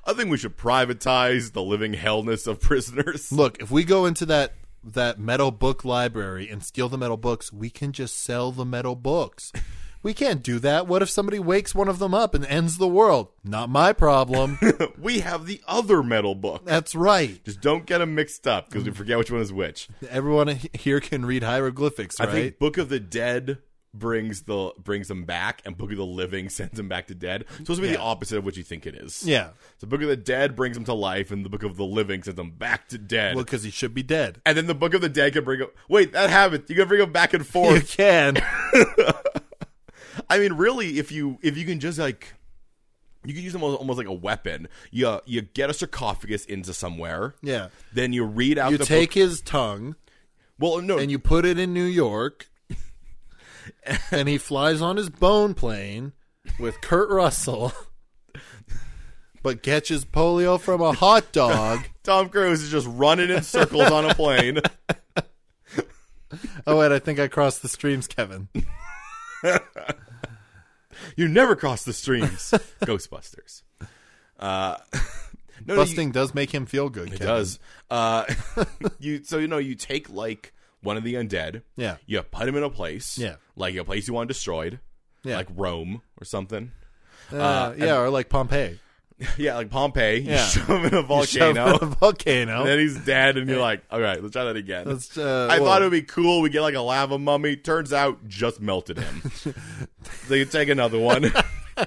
[SPEAKER 2] I think we should privatize the living hellness of prisoners.
[SPEAKER 1] Look, if we go into that that metal book library and steal the metal books, we can just sell the metal books. We can't do that. What if somebody wakes one of them up and ends the world? Not my problem.
[SPEAKER 2] we have the other metal book.
[SPEAKER 1] That's right.
[SPEAKER 2] Just don't get them mixed up because we forget which one is which.
[SPEAKER 1] Everyone he- here can read hieroglyphics, right?
[SPEAKER 2] I think Book of the Dead brings the brings them back, and Book of the Living sends them back to dead. So it's supposed to be the
[SPEAKER 1] Yeah.
[SPEAKER 2] opposite of what you think it is.
[SPEAKER 1] yeah.
[SPEAKER 2] So Book of the Dead brings them to life, and the Book of the Living sends them back to dead.
[SPEAKER 1] Well, because he should be dead.
[SPEAKER 2] and then the Book of the Dead can bring up. Wait, that happened. You can bring them back and
[SPEAKER 1] You
[SPEAKER 2] forth.
[SPEAKER 1] can.
[SPEAKER 2] I mean, really, if you if you can just like, you can use them almost, almost like a weapon. You you get a sarcophagus into somewhere,
[SPEAKER 1] Yeah.
[SPEAKER 2] then you read out
[SPEAKER 1] You
[SPEAKER 2] the
[SPEAKER 1] take
[SPEAKER 2] book.
[SPEAKER 1] his tongue
[SPEAKER 2] Well, no,
[SPEAKER 1] and you put it in New York, and he flies on his bone plane with Kurt Russell, but catches polio from a hot dog.
[SPEAKER 2] Tom Cruise is just running in circles on a plane.
[SPEAKER 1] Oh, wait, I think I crossed the streams, Kevin.
[SPEAKER 2] You never cross the streams, Ghostbusters. Uh, no, no, you-
[SPEAKER 1] Busting does make him feel good,
[SPEAKER 2] It
[SPEAKER 1] Kevin.
[SPEAKER 2] does. Uh, you so you know you take like one of the undead.
[SPEAKER 1] Yeah.
[SPEAKER 2] You put him in a place.
[SPEAKER 1] Yeah.
[SPEAKER 2] Like a place you want destroyed.
[SPEAKER 1] Yeah.
[SPEAKER 2] Like Rome or something.
[SPEAKER 1] Uh, yeah, or like Pompeii.
[SPEAKER 2] Yeah, like Pompeii. You
[SPEAKER 1] Yeah.
[SPEAKER 2] shove him in a
[SPEAKER 1] Shove
[SPEAKER 2] volcano.
[SPEAKER 1] in a volcano.
[SPEAKER 2] And then he's dead, and you're like, all right, let's try that again.
[SPEAKER 1] Let's, uh,
[SPEAKER 2] I
[SPEAKER 1] well-
[SPEAKER 2] thought it would be cool. We get like a lava mummy. Turns out, just melted him. so you take another one.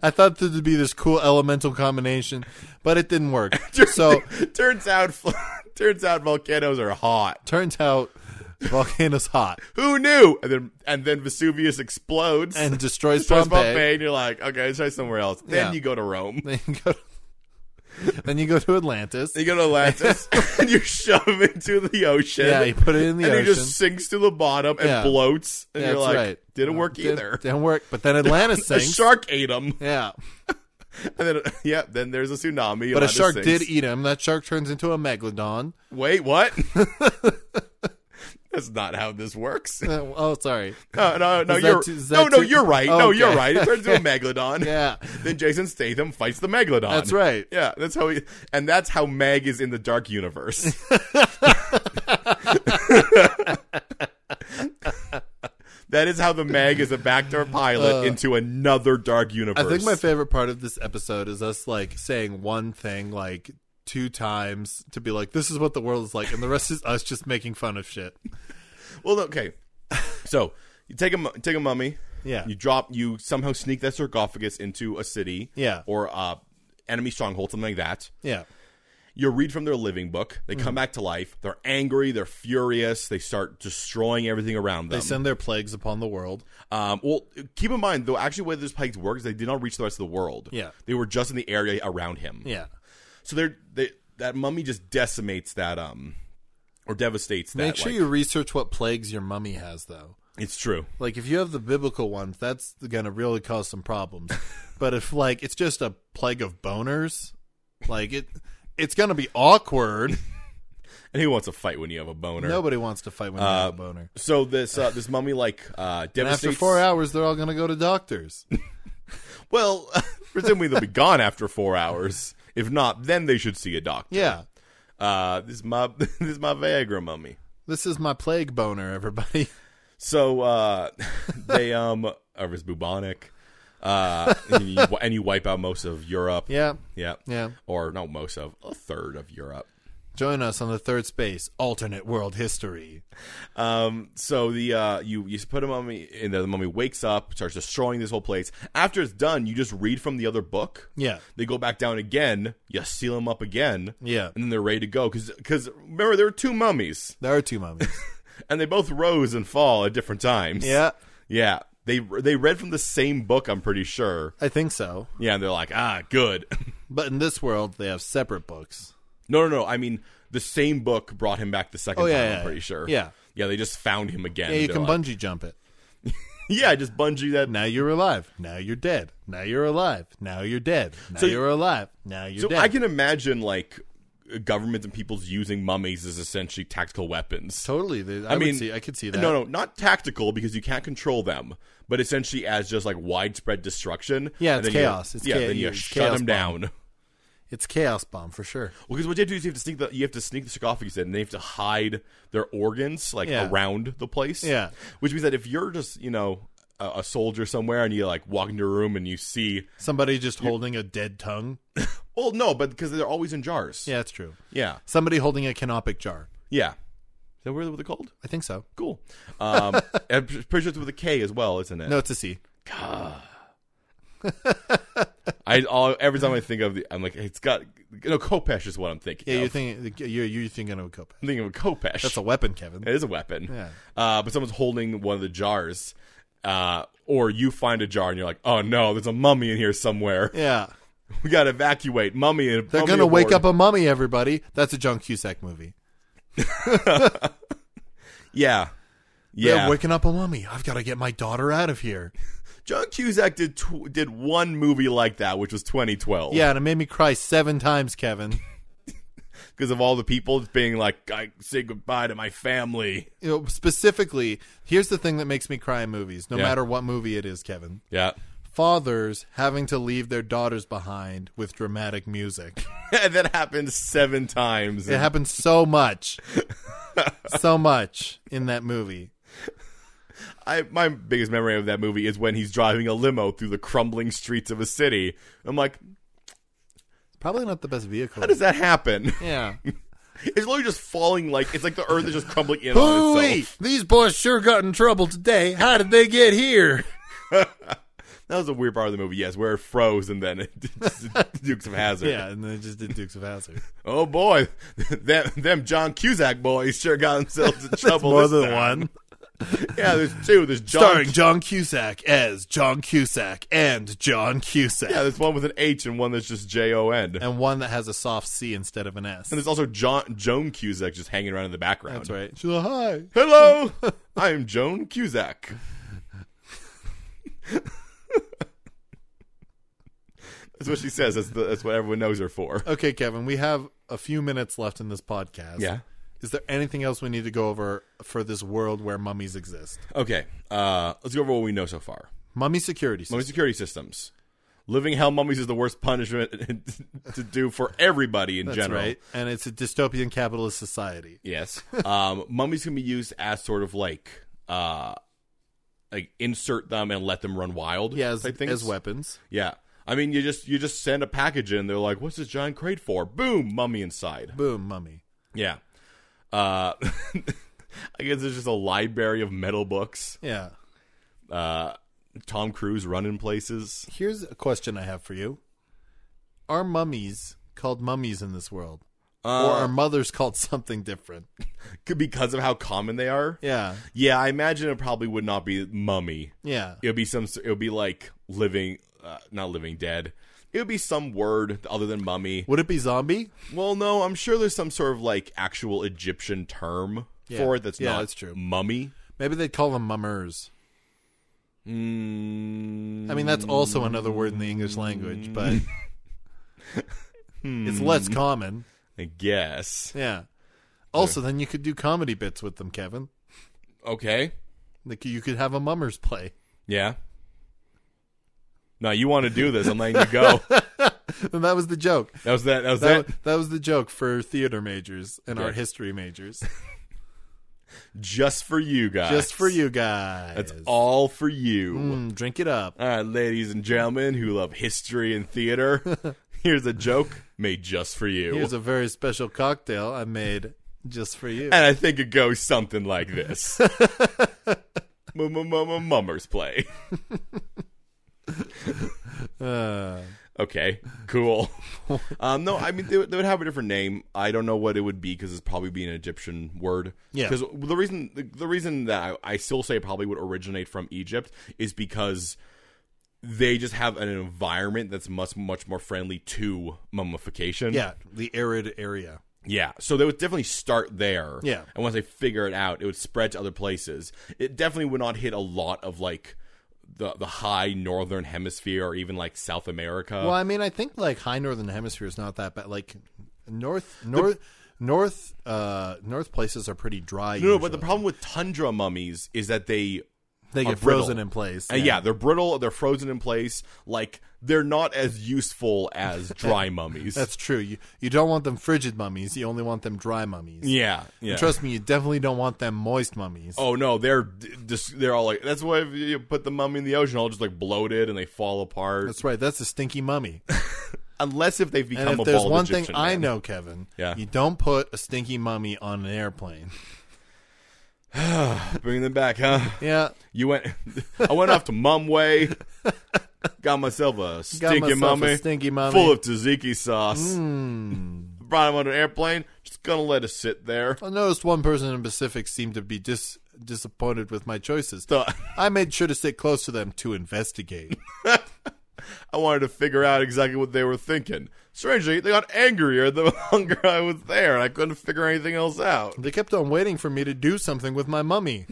[SPEAKER 1] I thought this would be this cool elemental combination, but it didn't work. so
[SPEAKER 2] turns out, turns out volcanoes are hot.
[SPEAKER 1] turns out volcano's hot
[SPEAKER 2] Who knew? And then, and then Vesuvius explodes.
[SPEAKER 1] and destroys
[SPEAKER 2] So it's
[SPEAKER 1] Pompeii.
[SPEAKER 2] Pompeii, and you're like, okay, let's try somewhere else. Then
[SPEAKER 1] Yeah.
[SPEAKER 2] you go to Rome.
[SPEAKER 1] Then you go. then you go to Atlantis.
[SPEAKER 2] You go to Atlantis, and you shove it into the ocean.
[SPEAKER 1] Yeah, you put it in the
[SPEAKER 2] and
[SPEAKER 1] ocean.
[SPEAKER 2] he just sinks to the bottom and
[SPEAKER 1] Yeah.
[SPEAKER 2] bloats. And
[SPEAKER 1] yeah,
[SPEAKER 2] you're
[SPEAKER 1] that's
[SPEAKER 2] like,
[SPEAKER 1] right.
[SPEAKER 2] didn't work
[SPEAKER 1] Did-
[SPEAKER 2] either.
[SPEAKER 1] Didn't work. But then Atlantis
[SPEAKER 2] A
[SPEAKER 1] sinks.
[SPEAKER 2] shark ate him.
[SPEAKER 1] Yeah,
[SPEAKER 2] And then, yeah, then there's a tsunami.
[SPEAKER 1] but a
[SPEAKER 2] lot of
[SPEAKER 1] shark
[SPEAKER 2] things.
[SPEAKER 1] did eat him. That shark turns into a megalodon.
[SPEAKER 2] Wait, what? That's not how this works.
[SPEAKER 1] Uh, oh, sorry.
[SPEAKER 2] No, no, no,
[SPEAKER 1] Is that
[SPEAKER 2] you're
[SPEAKER 1] too- is that
[SPEAKER 2] no, no,
[SPEAKER 1] too-
[SPEAKER 2] you're right. No, you're
[SPEAKER 1] Okay.
[SPEAKER 2] right. It turns into a megalodon.
[SPEAKER 1] Yeah,
[SPEAKER 2] Then Jason Statham fights the megalodon.
[SPEAKER 1] that's right.
[SPEAKER 2] Yeah, that's how he, and that's how Meg is in the dark universe. that is how the Meg is a backdoor pilot into another dark universe.
[SPEAKER 1] Uh. I think my favorite part of this episode is us like saying one thing like two times to be like, "This is what the world is like," and the rest is us just making fun of shit.
[SPEAKER 2] well, okay. So you take a mu- take a mummy.
[SPEAKER 1] Yeah.
[SPEAKER 2] You drop. You somehow sneak that sarcophagus into a city.
[SPEAKER 1] Yeah.
[SPEAKER 2] Or uh, enemy stronghold, something like that.
[SPEAKER 1] Yeah.
[SPEAKER 2] you read from their living book. They
[SPEAKER 1] Mm-hmm.
[SPEAKER 2] come back to life. They're angry. They're furious. They start destroying everything around them.
[SPEAKER 1] They send their plagues upon the world.
[SPEAKER 2] um, well, keep in mind, though, actually, whether those plagues work is they did not reach the rest of the world.
[SPEAKER 1] Yeah.
[SPEAKER 2] They were just in the area around him.
[SPEAKER 1] Yeah.
[SPEAKER 2] So they're, they, that mummy just decimates that, um, or devastates that.
[SPEAKER 1] Make sure
[SPEAKER 2] like-
[SPEAKER 1] you research what plagues your mummy has, though.
[SPEAKER 2] It's true.
[SPEAKER 1] Like, if you have the biblical ones, that's going to really cause some problems. but if, like, it's just a plague of boners, like, it. It's gonna be awkward.
[SPEAKER 2] And who wants to fight when you have a boner?
[SPEAKER 1] Nobody wants to fight when you have a boner.
[SPEAKER 2] So this, uh, this mummy, like, uh,
[SPEAKER 1] And
[SPEAKER 2] devastates.
[SPEAKER 1] after four hours, they're all gonna go to doctors.
[SPEAKER 2] Well, presumably they'll be gone after four hours. If not, then they should see a doctor.
[SPEAKER 1] Yeah,
[SPEAKER 2] Uh, this is my, this is my Viagra mummy.
[SPEAKER 1] this is my plague boner, everybody.
[SPEAKER 2] So uh, they um, or it was uh, bubonic. uh, and, you, and you wipe out most of Europe.
[SPEAKER 1] Yeah.
[SPEAKER 2] yeah,
[SPEAKER 1] Yeah.
[SPEAKER 2] or not most of a third of Europe.
[SPEAKER 1] Join us on the third space, alternate world history.
[SPEAKER 2] Um, so the uh, you you put a mummy in there. The mummy wakes up, starts destroying this whole place. After it's done, you just read from the other book.
[SPEAKER 1] Yeah.
[SPEAKER 2] They go back down again. You seal them up again.
[SPEAKER 1] Yeah.
[SPEAKER 2] and then they're ready to go because remember there were two mummies
[SPEAKER 1] There are two mummies.
[SPEAKER 2] and they both rose and fall at different times.
[SPEAKER 1] yeah.
[SPEAKER 2] yeah. They they read from the same book. I'm pretty sure.
[SPEAKER 1] I think so.
[SPEAKER 2] Yeah, and they're like, ah, good.
[SPEAKER 1] But in this world, they have separate books.
[SPEAKER 2] no, no, no. I mean, the same book brought him back the second
[SPEAKER 1] Oh, yeah,
[SPEAKER 2] time.
[SPEAKER 1] yeah,
[SPEAKER 2] I'm pretty
[SPEAKER 1] yeah.
[SPEAKER 2] sure.
[SPEAKER 1] Yeah.
[SPEAKER 2] yeah. They just found him again.
[SPEAKER 1] Yeah, you
[SPEAKER 2] They're
[SPEAKER 1] can
[SPEAKER 2] like,
[SPEAKER 1] bungee jump it.
[SPEAKER 2] yeah, just bungee that
[SPEAKER 1] Now you're alive. Now you're dead. Now you're alive. Now you're dead. Now
[SPEAKER 2] So-
[SPEAKER 1] you're alive. Now you're
[SPEAKER 2] So
[SPEAKER 1] dead.
[SPEAKER 2] I can imagine like governments and peoples using mummies as essentially tactical weapons.
[SPEAKER 1] totally. They- I,
[SPEAKER 2] I
[SPEAKER 1] would
[SPEAKER 2] mean,
[SPEAKER 1] see, I could see that.
[SPEAKER 2] No, no, not tactical because you can't control them, but essentially as just like widespread destruction.
[SPEAKER 1] Yeah,
[SPEAKER 2] And
[SPEAKER 1] it's
[SPEAKER 2] then you-
[SPEAKER 1] chaos. It's
[SPEAKER 2] yeah,
[SPEAKER 1] cha-
[SPEAKER 2] then you
[SPEAKER 1] it's
[SPEAKER 2] shut
[SPEAKER 1] chaos
[SPEAKER 2] them down. Well,
[SPEAKER 1] It's chaos bomb for sure.
[SPEAKER 2] because what you have to do is you have to sneak the you have to sneak the sarcophagus in, and they have to hide their organs like
[SPEAKER 1] Yeah.
[SPEAKER 2] around the place.
[SPEAKER 1] Yeah.
[SPEAKER 2] which means that if you're just you know a, a soldier somewhere and you like walk into a room and you see,
[SPEAKER 1] Somebody just holding a dead tongue.
[SPEAKER 2] well, no, but because they're always in jars.
[SPEAKER 1] Yeah, that's true.
[SPEAKER 2] yeah,
[SPEAKER 1] Somebody holding a canopic jar.
[SPEAKER 2] yeah. Is that really what they're called?
[SPEAKER 1] I think so.
[SPEAKER 2] Cool. Um, I'm pretty sure it's with a K as well, isn't it?
[SPEAKER 1] No, it's a C.
[SPEAKER 2] I all, every time I think of the, I'm like, it's got no Kopesh is what I'm thinking.
[SPEAKER 1] Yeah,
[SPEAKER 2] of.
[SPEAKER 1] you're thinking you're, you're thinking of a copec.
[SPEAKER 2] I'm thinking of a Kopesh.
[SPEAKER 1] That's a weapon, Kevin.
[SPEAKER 2] it is a weapon.
[SPEAKER 1] Yeah.
[SPEAKER 2] Uh, but someone's holding one of the jars, uh, or you find a jar and you're like, oh no, there's a mummy in here somewhere.
[SPEAKER 1] Yeah,
[SPEAKER 2] We gotta evacuate. Mummy. and-
[SPEAKER 1] they're
[SPEAKER 2] mummy
[SPEAKER 1] gonna wake
[SPEAKER 2] aboard.
[SPEAKER 1] up a mummy. Everybody, that's a John Cusack movie.
[SPEAKER 2] Yeah.
[SPEAKER 1] They're
[SPEAKER 2] Yeah.
[SPEAKER 1] waking up a mummy. I've got to get my daughter out of here.
[SPEAKER 2] John Cusack did tw- did one movie like that, which was 2012.
[SPEAKER 1] Yeah, and it made me cry seven times, Kevin.
[SPEAKER 2] Because of all the people being like, I say goodbye to my family.
[SPEAKER 1] You know, specifically, here's the thing that makes me cry in movies, no
[SPEAKER 2] Yeah.
[SPEAKER 1] matter what movie it is, Kevin.
[SPEAKER 2] Yeah.
[SPEAKER 1] Fathers having to leave their daughters behind with dramatic music.
[SPEAKER 2] that happened seven times.
[SPEAKER 1] It happens so much, so much in that movie.
[SPEAKER 2] I, my biggest memory of that movie is when he's driving a limo through the crumbling streets of a city. I'm like,
[SPEAKER 1] Probably not the best vehicle.
[SPEAKER 2] how does that happen?
[SPEAKER 1] yeah.
[SPEAKER 2] It's literally just falling like it's like the earth is just crumbling in on
[SPEAKER 1] Hooey!
[SPEAKER 2] itself.
[SPEAKER 1] These boys sure got in trouble today. How did they get here?
[SPEAKER 2] That was a weird part of the movie, yes, where it froze and then it just- Dukes of Hazard.
[SPEAKER 1] Yeah, and they just did Dukes of Hazzard.
[SPEAKER 2] Oh boy, them, them John Cusack boys sure got themselves in trouble.
[SPEAKER 1] More
[SPEAKER 2] this
[SPEAKER 1] than
[SPEAKER 2] time.
[SPEAKER 1] one.
[SPEAKER 2] Yeah, there's two. There's John.
[SPEAKER 1] Starring John Cusack as John Cusack and John Cusack.
[SPEAKER 2] yeah, there's one with an H and one that's just J O N. And
[SPEAKER 1] And one that has a soft C instead of an S.
[SPEAKER 2] there's also John Joan Cusack just hanging around in the background.
[SPEAKER 1] That's right. She's like, hi.
[SPEAKER 2] Hello, I'm Joan Cusack. that's what she says. That's, the, that's what everyone knows her for.
[SPEAKER 1] Okay, Kevin, we have a few minutes left in this podcast.
[SPEAKER 2] Yeah.
[SPEAKER 1] Is there anything else we need to go over for this world where mummies exist?
[SPEAKER 2] Okay, uh, let's go over what we know so far.
[SPEAKER 1] Mummy security system.
[SPEAKER 2] Mummy security systems. Living hell mummies is the worst punishment to do for everybody in
[SPEAKER 1] That's
[SPEAKER 2] general.
[SPEAKER 1] right. And it's a dystopian capitalist society.
[SPEAKER 2] Yes. um, mummies can be used as sort of like, uh, like insert them and let them run wild.
[SPEAKER 1] Yeah, as,
[SPEAKER 2] type things.
[SPEAKER 1] as weapons.
[SPEAKER 2] Yeah. I mean, you just you just send a package in. They're like, "What's this giant crate for?" Boom, mummy inside.
[SPEAKER 1] Boom, mummy.
[SPEAKER 2] Yeah. Uh, I guess there's just a library of metal books.
[SPEAKER 1] Yeah.
[SPEAKER 2] Uh, Tom Cruise running places.
[SPEAKER 1] Here's a question I have for you. Are mummies called mummies in this world? or
[SPEAKER 2] Uh,
[SPEAKER 1] are mothers called something different?
[SPEAKER 2] because of how common they are.
[SPEAKER 1] Yeah.
[SPEAKER 2] Yeah, I imagine it probably would not be mummy.
[SPEAKER 1] Yeah.
[SPEAKER 2] It would be some. It would be like living, uh, not living dead. It would be some word other than mummy.
[SPEAKER 1] Would it be zombie?
[SPEAKER 2] Well, no, I'm sure there's some sort of like actual Egyptian term
[SPEAKER 1] Yeah.
[SPEAKER 2] for it that's
[SPEAKER 1] Yeah,
[SPEAKER 2] not
[SPEAKER 1] that's true.
[SPEAKER 2] mummy.
[SPEAKER 1] Maybe they'd call them mummers.
[SPEAKER 2] Mm,
[SPEAKER 1] I mean, that's also another word in the English language, but
[SPEAKER 2] Hmm.
[SPEAKER 1] it's less common.
[SPEAKER 2] I guess.
[SPEAKER 1] Yeah. Also, then you could do comedy bits with them, Kevin.
[SPEAKER 2] Okay.
[SPEAKER 1] Like you could have a mummers play.
[SPEAKER 2] Yeah. No, you want to do this? I'm letting you go. that
[SPEAKER 1] And that was the joke.
[SPEAKER 2] was that. That was
[SPEAKER 1] That,
[SPEAKER 2] that.
[SPEAKER 1] that was the joke for theater majors and
[SPEAKER 2] Okay.
[SPEAKER 1] art history majors.
[SPEAKER 2] Just for you guys.
[SPEAKER 1] Just for you guys.
[SPEAKER 2] That's all for you.
[SPEAKER 1] Mm, drink it up.
[SPEAKER 2] All right, ladies and gentlemen who love history and theater, here's a joke made just for you.
[SPEAKER 1] Here's a very special cocktail I made just for you.
[SPEAKER 2] and I think it goes something like this Mummers play.
[SPEAKER 1] Uh,
[SPEAKER 2] Okay, cool. um, no, I mean they would, they would have a different name. I don't know what it would be because it's probably be an Egyptian word.
[SPEAKER 1] Yeah.
[SPEAKER 2] Because the reason the, the reason that I, I still say it probably would originate from Egypt is because they just have an environment that's much much more friendly to mummification.
[SPEAKER 1] yeah, the arid area.
[SPEAKER 2] Yeah. So they would definitely start there.
[SPEAKER 1] Yeah.
[SPEAKER 2] And once they figure it out, it would spread to other places. It definitely would not hit a lot of like the the high northern hemisphere or even like South America.
[SPEAKER 1] Well, I mean, I think like high northern hemisphere is not that bad. Like north, north, north, uh, north places are pretty dry.
[SPEAKER 2] No, but the
[SPEAKER 1] usually.
[SPEAKER 2] problem with tundra mummies is that they,
[SPEAKER 1] they
[SPEAKER 2] are
[SPEAKER 1] get frozen
[SPEAKER 2] brittle.
[SPEAKER 1] in place.
[SPEAKER 2] uh, yeah. they're brittle, they're frozen in place. Like they're not as useful as dry mummies.
[SPEAKER 1] that's true. You you don't want them frigid mummies. You only want them dry mummies.
[SPEAKER 2] yeah, yeah.
[SPEAKER 1] Trust me, you definitely don't want them moist mummies.
[SPEAKER 2] oh no, they're d- just they're all like that's why if you put the mummy in the ocean, all just like bloated and they fall apart.
[SPEAKER 1] That's right. That's a stinky mummy.
[SPEAKER 2] Unless if they've become
[SPEAKER 1] And
[SPEAKER 2] a
[SPEAKER 1] if there's
[SPEAKER 2] bald
[SPEAKER 1] one
[SPEAKER 2] Egyptian
[SPEAKER 1] thing I
[SPEAKER 2] man.
[SPEAKER 1] know, Kevin,
[SPEAKER 2] Yeah.
[SPEAKER 1] you don't put a stinky mummy on an airplane.
[SPEAKER 2] bringing them back, huh?
[SPEAKER 1] Yeah,
[SPEAKER 2] You went, I went off to Mumway, got myself a
[SPEAKER 1] got
[SPEAKER 2] stinky
[SPEAKER 1] myself
[SPEAKER 2] mummy,
[SPEAKER 1] a stinky mummy. Hmm.
[SPEAKER 2] full of tzatziki sauce. Brought him on an airplane. Just gonna let it sit there.
[SPEAKER 1] I noticed one person in Pacific seemed to be dis- disappointed with my choices.
[SPEAKER 2] So-
[SPEAKER 1] I made sure to sit close to them to investigate.
[SPEAKER 2] I wanted to figure out exactly what they were thinking. Strangely, they got angrier the longer I was there, and I couldn't figure anything else out.
[SPEAKER 1] they kept on waiting for me to do something with my mummy.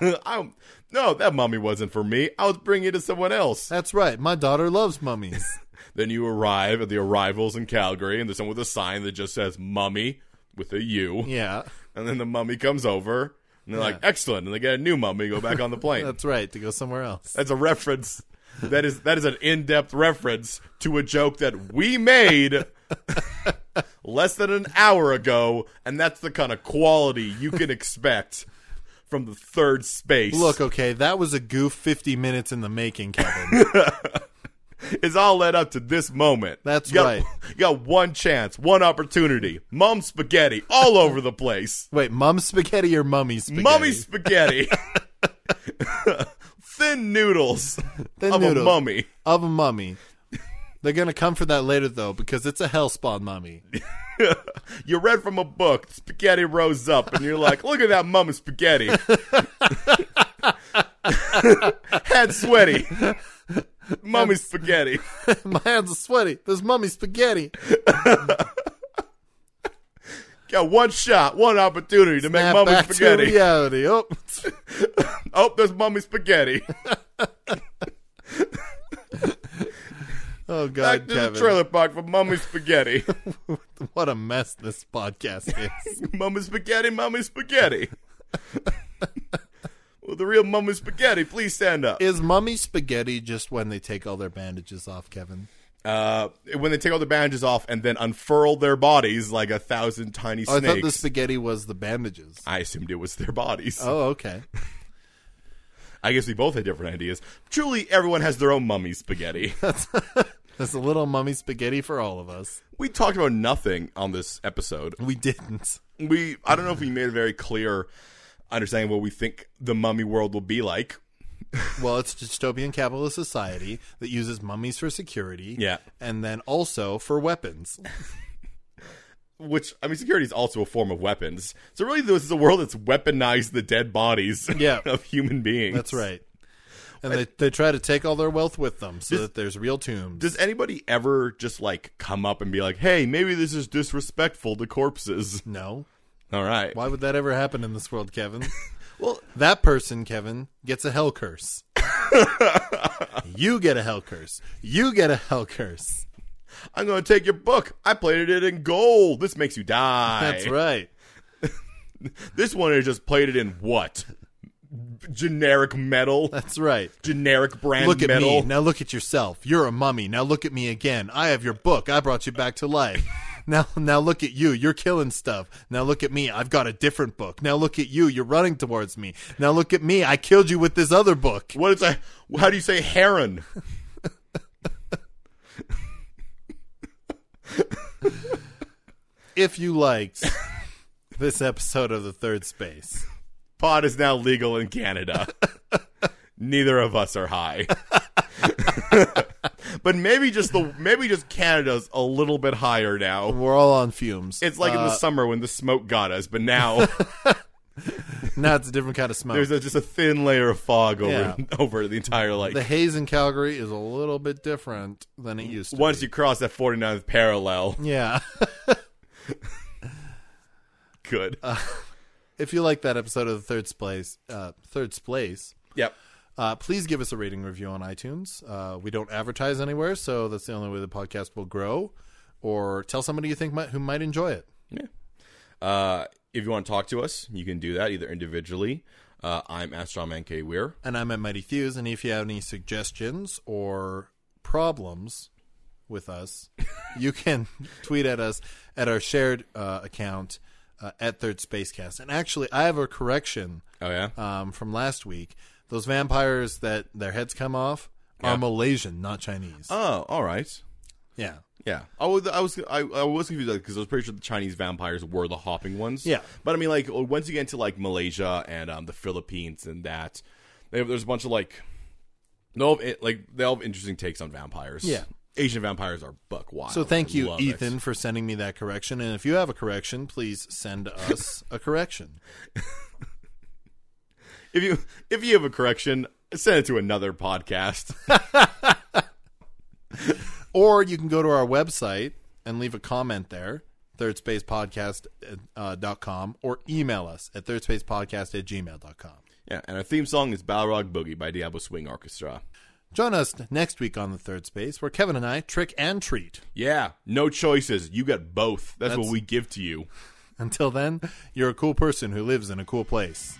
[SPEAKER 2] I, no, that mummy wasn't for me. I was bringing it to someone else.
[SPEAKER 1] That's right, my daughter loves mummies.
[SPEAKER 2] Then you arrive at the arrivals in Calgary, and there's someone with a sign that just says "mummy" with a U.
[SPEAKER 1] yeah,
[SPEAKER 2] And then the mummy comes over, and they're like, "Excellent!" And they get a new mummy, go back on the plane. that's,
[SPEAKER 1] that's right, to go somewhere else.
[SPEAKER 2] a reference. That is that is an in-depth reference to a joke that we made less than an hour ago, and that's the kind of quality you can expect from the third space.
[SPEAKER 1] Look, okay, that was a goof 50 minutes in the making, Kevin.
[SPEAKER 2] it's all led up to this moment.
[SPEAKER 1] That's
[SPEAKER 2] You got-
[SPEAKER 1] right.
[SPEAKER 2] You got one chance, one opportunity. Mum spaghetti all over the place.
[SPEAKER 1] Wait, mum spaghetti or mummy spaghetti?
[SPEAKER 2] Mummy spaghetti. Thin noodles
[SPEAKER 1] Thin
[SPEAKER 2] of
[SPEAKER 1] noodles.
[SPEAKER 2] a mummy.
[SPEAKER 1] of a mummy. They're gonna come for that later though, because it's a hellspawn mummy.
[SPEAKER 2] you read from a book, spaghetti rose up, and you're like, look at that mum and spaghetti. Head sweaty. Mummy spaghetti.
[SPEAKER 1] My hands are sweaty. There's mummy spaghetti.
[SPEAKER 2] Got one shot, one opportunity to make
[SPEAKER 1] Snap
[SPEAKER 2] mummy
[SPEAKER 1] back to
[SPEAKER 2] spaghetti.
[SPEAKER 1] reality. Oh,
[SPEAKER 2] Oh, there's mummy spaghetti.
[SPEAKER 1] oh God,
[SPEAKER 2] Back to the
[SPEAKER 1] Kevin,
[SPEAKER 2] trailer park for mummy spaghetti.
[SPEAKER 1] what a mess this podcast is.
[SPEAKER 2] mummy spaghetti, mummy spaghetti. well, the real mummy spaghetti, please stand up.
[SPEAKER 1] is mummy spaghetti just when they take all their bandages off, Kevin?
[SPEAKER 2] Uh, when they take all the bandages off and then unfurl their bodies like a thousand tiny
[SPEAKER 1] Oh, I
[SPEAKER 2] snakes.
[SPEAKER 1] thought the spaghetti was the bandages.
[SPEAKER 2] I assumed it was their bodies.
[SPEAKER 1] Oh, okay.
[SPEAKER 2] I guess we both had different ideas. Truly, everyone has their own mummy spaghetti.
[SPEAKER 1] That's a little mummy spaghetti for all of us.
[SPEAKER 2] we talked about nothing on this episode.
[SPEAKER 1] We didn't.
[SPEAKER 2] We I don't know if we made a very clear understanding of what we think the mummy world will be like.
[SPEAKER 1] Well, it's a dystopian capitalist society that uses mummies for security.
[SPEAKER 2] Yeah.
[SPEAKER 1] And then also for weapons.
[SPEAKER 2] Which I mean, security is also a form of weapons. So really, this is a world that's weaponized the dead bodies
[SPEAKER 1] Yeah.
[SPEAKER 2] of human beings.
[SPEAKER 1] That's right. And they, they try to take all their wealth with them so that there's real tombs.
[SPEAKER 2] Does anybody ever just like come up and be like, "Hey, maybe this is disrespectful to corpses"?
[SPEAKER 1] no.
[SPEAKER 2] All right.
[SPEAKER 1] Why would that ever happen in this world, Kevin?
[SPEAKER 2] Well,
[SPEAKER 1] that person, Kevin, gets a hell curse. you get a hell curse. You get a hell curse.
[SPEAKER 2] I'm going to take your book. I plated it in gold. This makes you die.
[SPEAKER 1] That's right.
[SPEAKER 2] This one is just plated in what? Generic metal,
[SPEAKER 1] That's right.
[SPEAKER 2] generic brand
[SPEAKER 1] Look at me.
[SPEAKER 2] metal.
[SPEAKER 1] Now look at yourself. You're a mummy. Now look at me again. I have your book. I brought you back to life. Now, now look at you. You're killing stuff. Now look at me. I've got a different book. Now look at you. You're running towards me. Now look at me. I killed you with this other book.
[SPEAKER 2] What is a? How do you say heron?
[SPEAKER 1] If you liked this episode of the Third Space,
[SPEAKER 2] Pot is now legal in Canada. Neither of us are high. but maybe just the maybe just Canada's a little bit higher now.
[SPEAKER 1] we're all on fumes.
[SPEAKER 2] It's like
[SPEAKER 1] Uh,
[SPEAKER 2] in the summer when the smoke got us, but now
[SPEAKER 1] now it's a different kind of smoke.
[SPEAKER 2] there's a, just a thin layer of fog over
[SPEAKER 1] Yeah.
[SPEAKER 2] over the entire like.
[SPEAKER 1] the haze in Calgary is a little bit different than it used to.
[SPEAKER 2] once you cross that 49th parallel,
[SPEAKER 1] be. yeah.
[SPEAKER 2] good.
[SPEAKER 1] Uh, if you like that episode of the Third Space, uh, Third Space,
[SPEAKER 2] yep.
[SPEAKER 1] Uh, please give us a rating review on iTunes. Uh, we don't advertise anywhere, so that's the only way the podcast will grow. Or tell somebody you think might, who might enjoy it.
[SPEAKER 2] Uh, if you want to talk to us, you can do that either individually. Uh, I'm at Strawman K. Weir.
[SPEAKER 1] And I'm at Mighty Thews, and if you have any suggestions or problems with us, you can tweet at us at our shared uh, account uh, at Third Spacecast. And actually, I have a correction
[SPEAKER 2] Oh yeah,
[SPEAKER 1] um, from last week. Those vampires that their heads come off are Malaysian, not Chinese.
[SPEAKER 2] Oh, all right.
[SPEAKER 1] yeah.
[SPEAKER 2] Yeah, I was I was I, I was confused because I was pretty sure the Chinese vampires were the hopping ones.
[SPEAKER 1] Yeah.
[SPEAKER 2] but I mean, like once you get into like Malaysia and um, the Philippines and that, they, there's a bunch of like, they all have, it- like they all have interesting takes on vampires.
[SPEAKER 1] Yeah.
[SPEAKER 2] Asian vampires are buck wild.
[SPEAKER 1] So
[SPEAKER 2] I
[SPEAKER 1] thank you,
[SPEAKER 2] love it.
[SPEAKER 1] Ethan, for sending me that correction. And if you have a correction, please send us a correction.
[SPEAKER 2] If you if you have a correction, send it to another podcast.
[SPEAKER 1] Or you can go to our website and leave a comment there, thirdspacepodcast.com, or email us at thirdspacepodcast at gmail.com.
[SPEAKER 2] yeah, and our theme song is Balrog Boogie by Diablo Swing Orchestra.
[SPEAKER 1] Join us next week on The Third Space, where Kevin and I trick and treat.
[SPEAKER 2] Yeah, no choices. You got both. That's what
[SPEAKER 1] That's-
[SPEAKER 2] we give to you.
[SPEAKER 1] Until then, you're a cool person who lives in a cool place.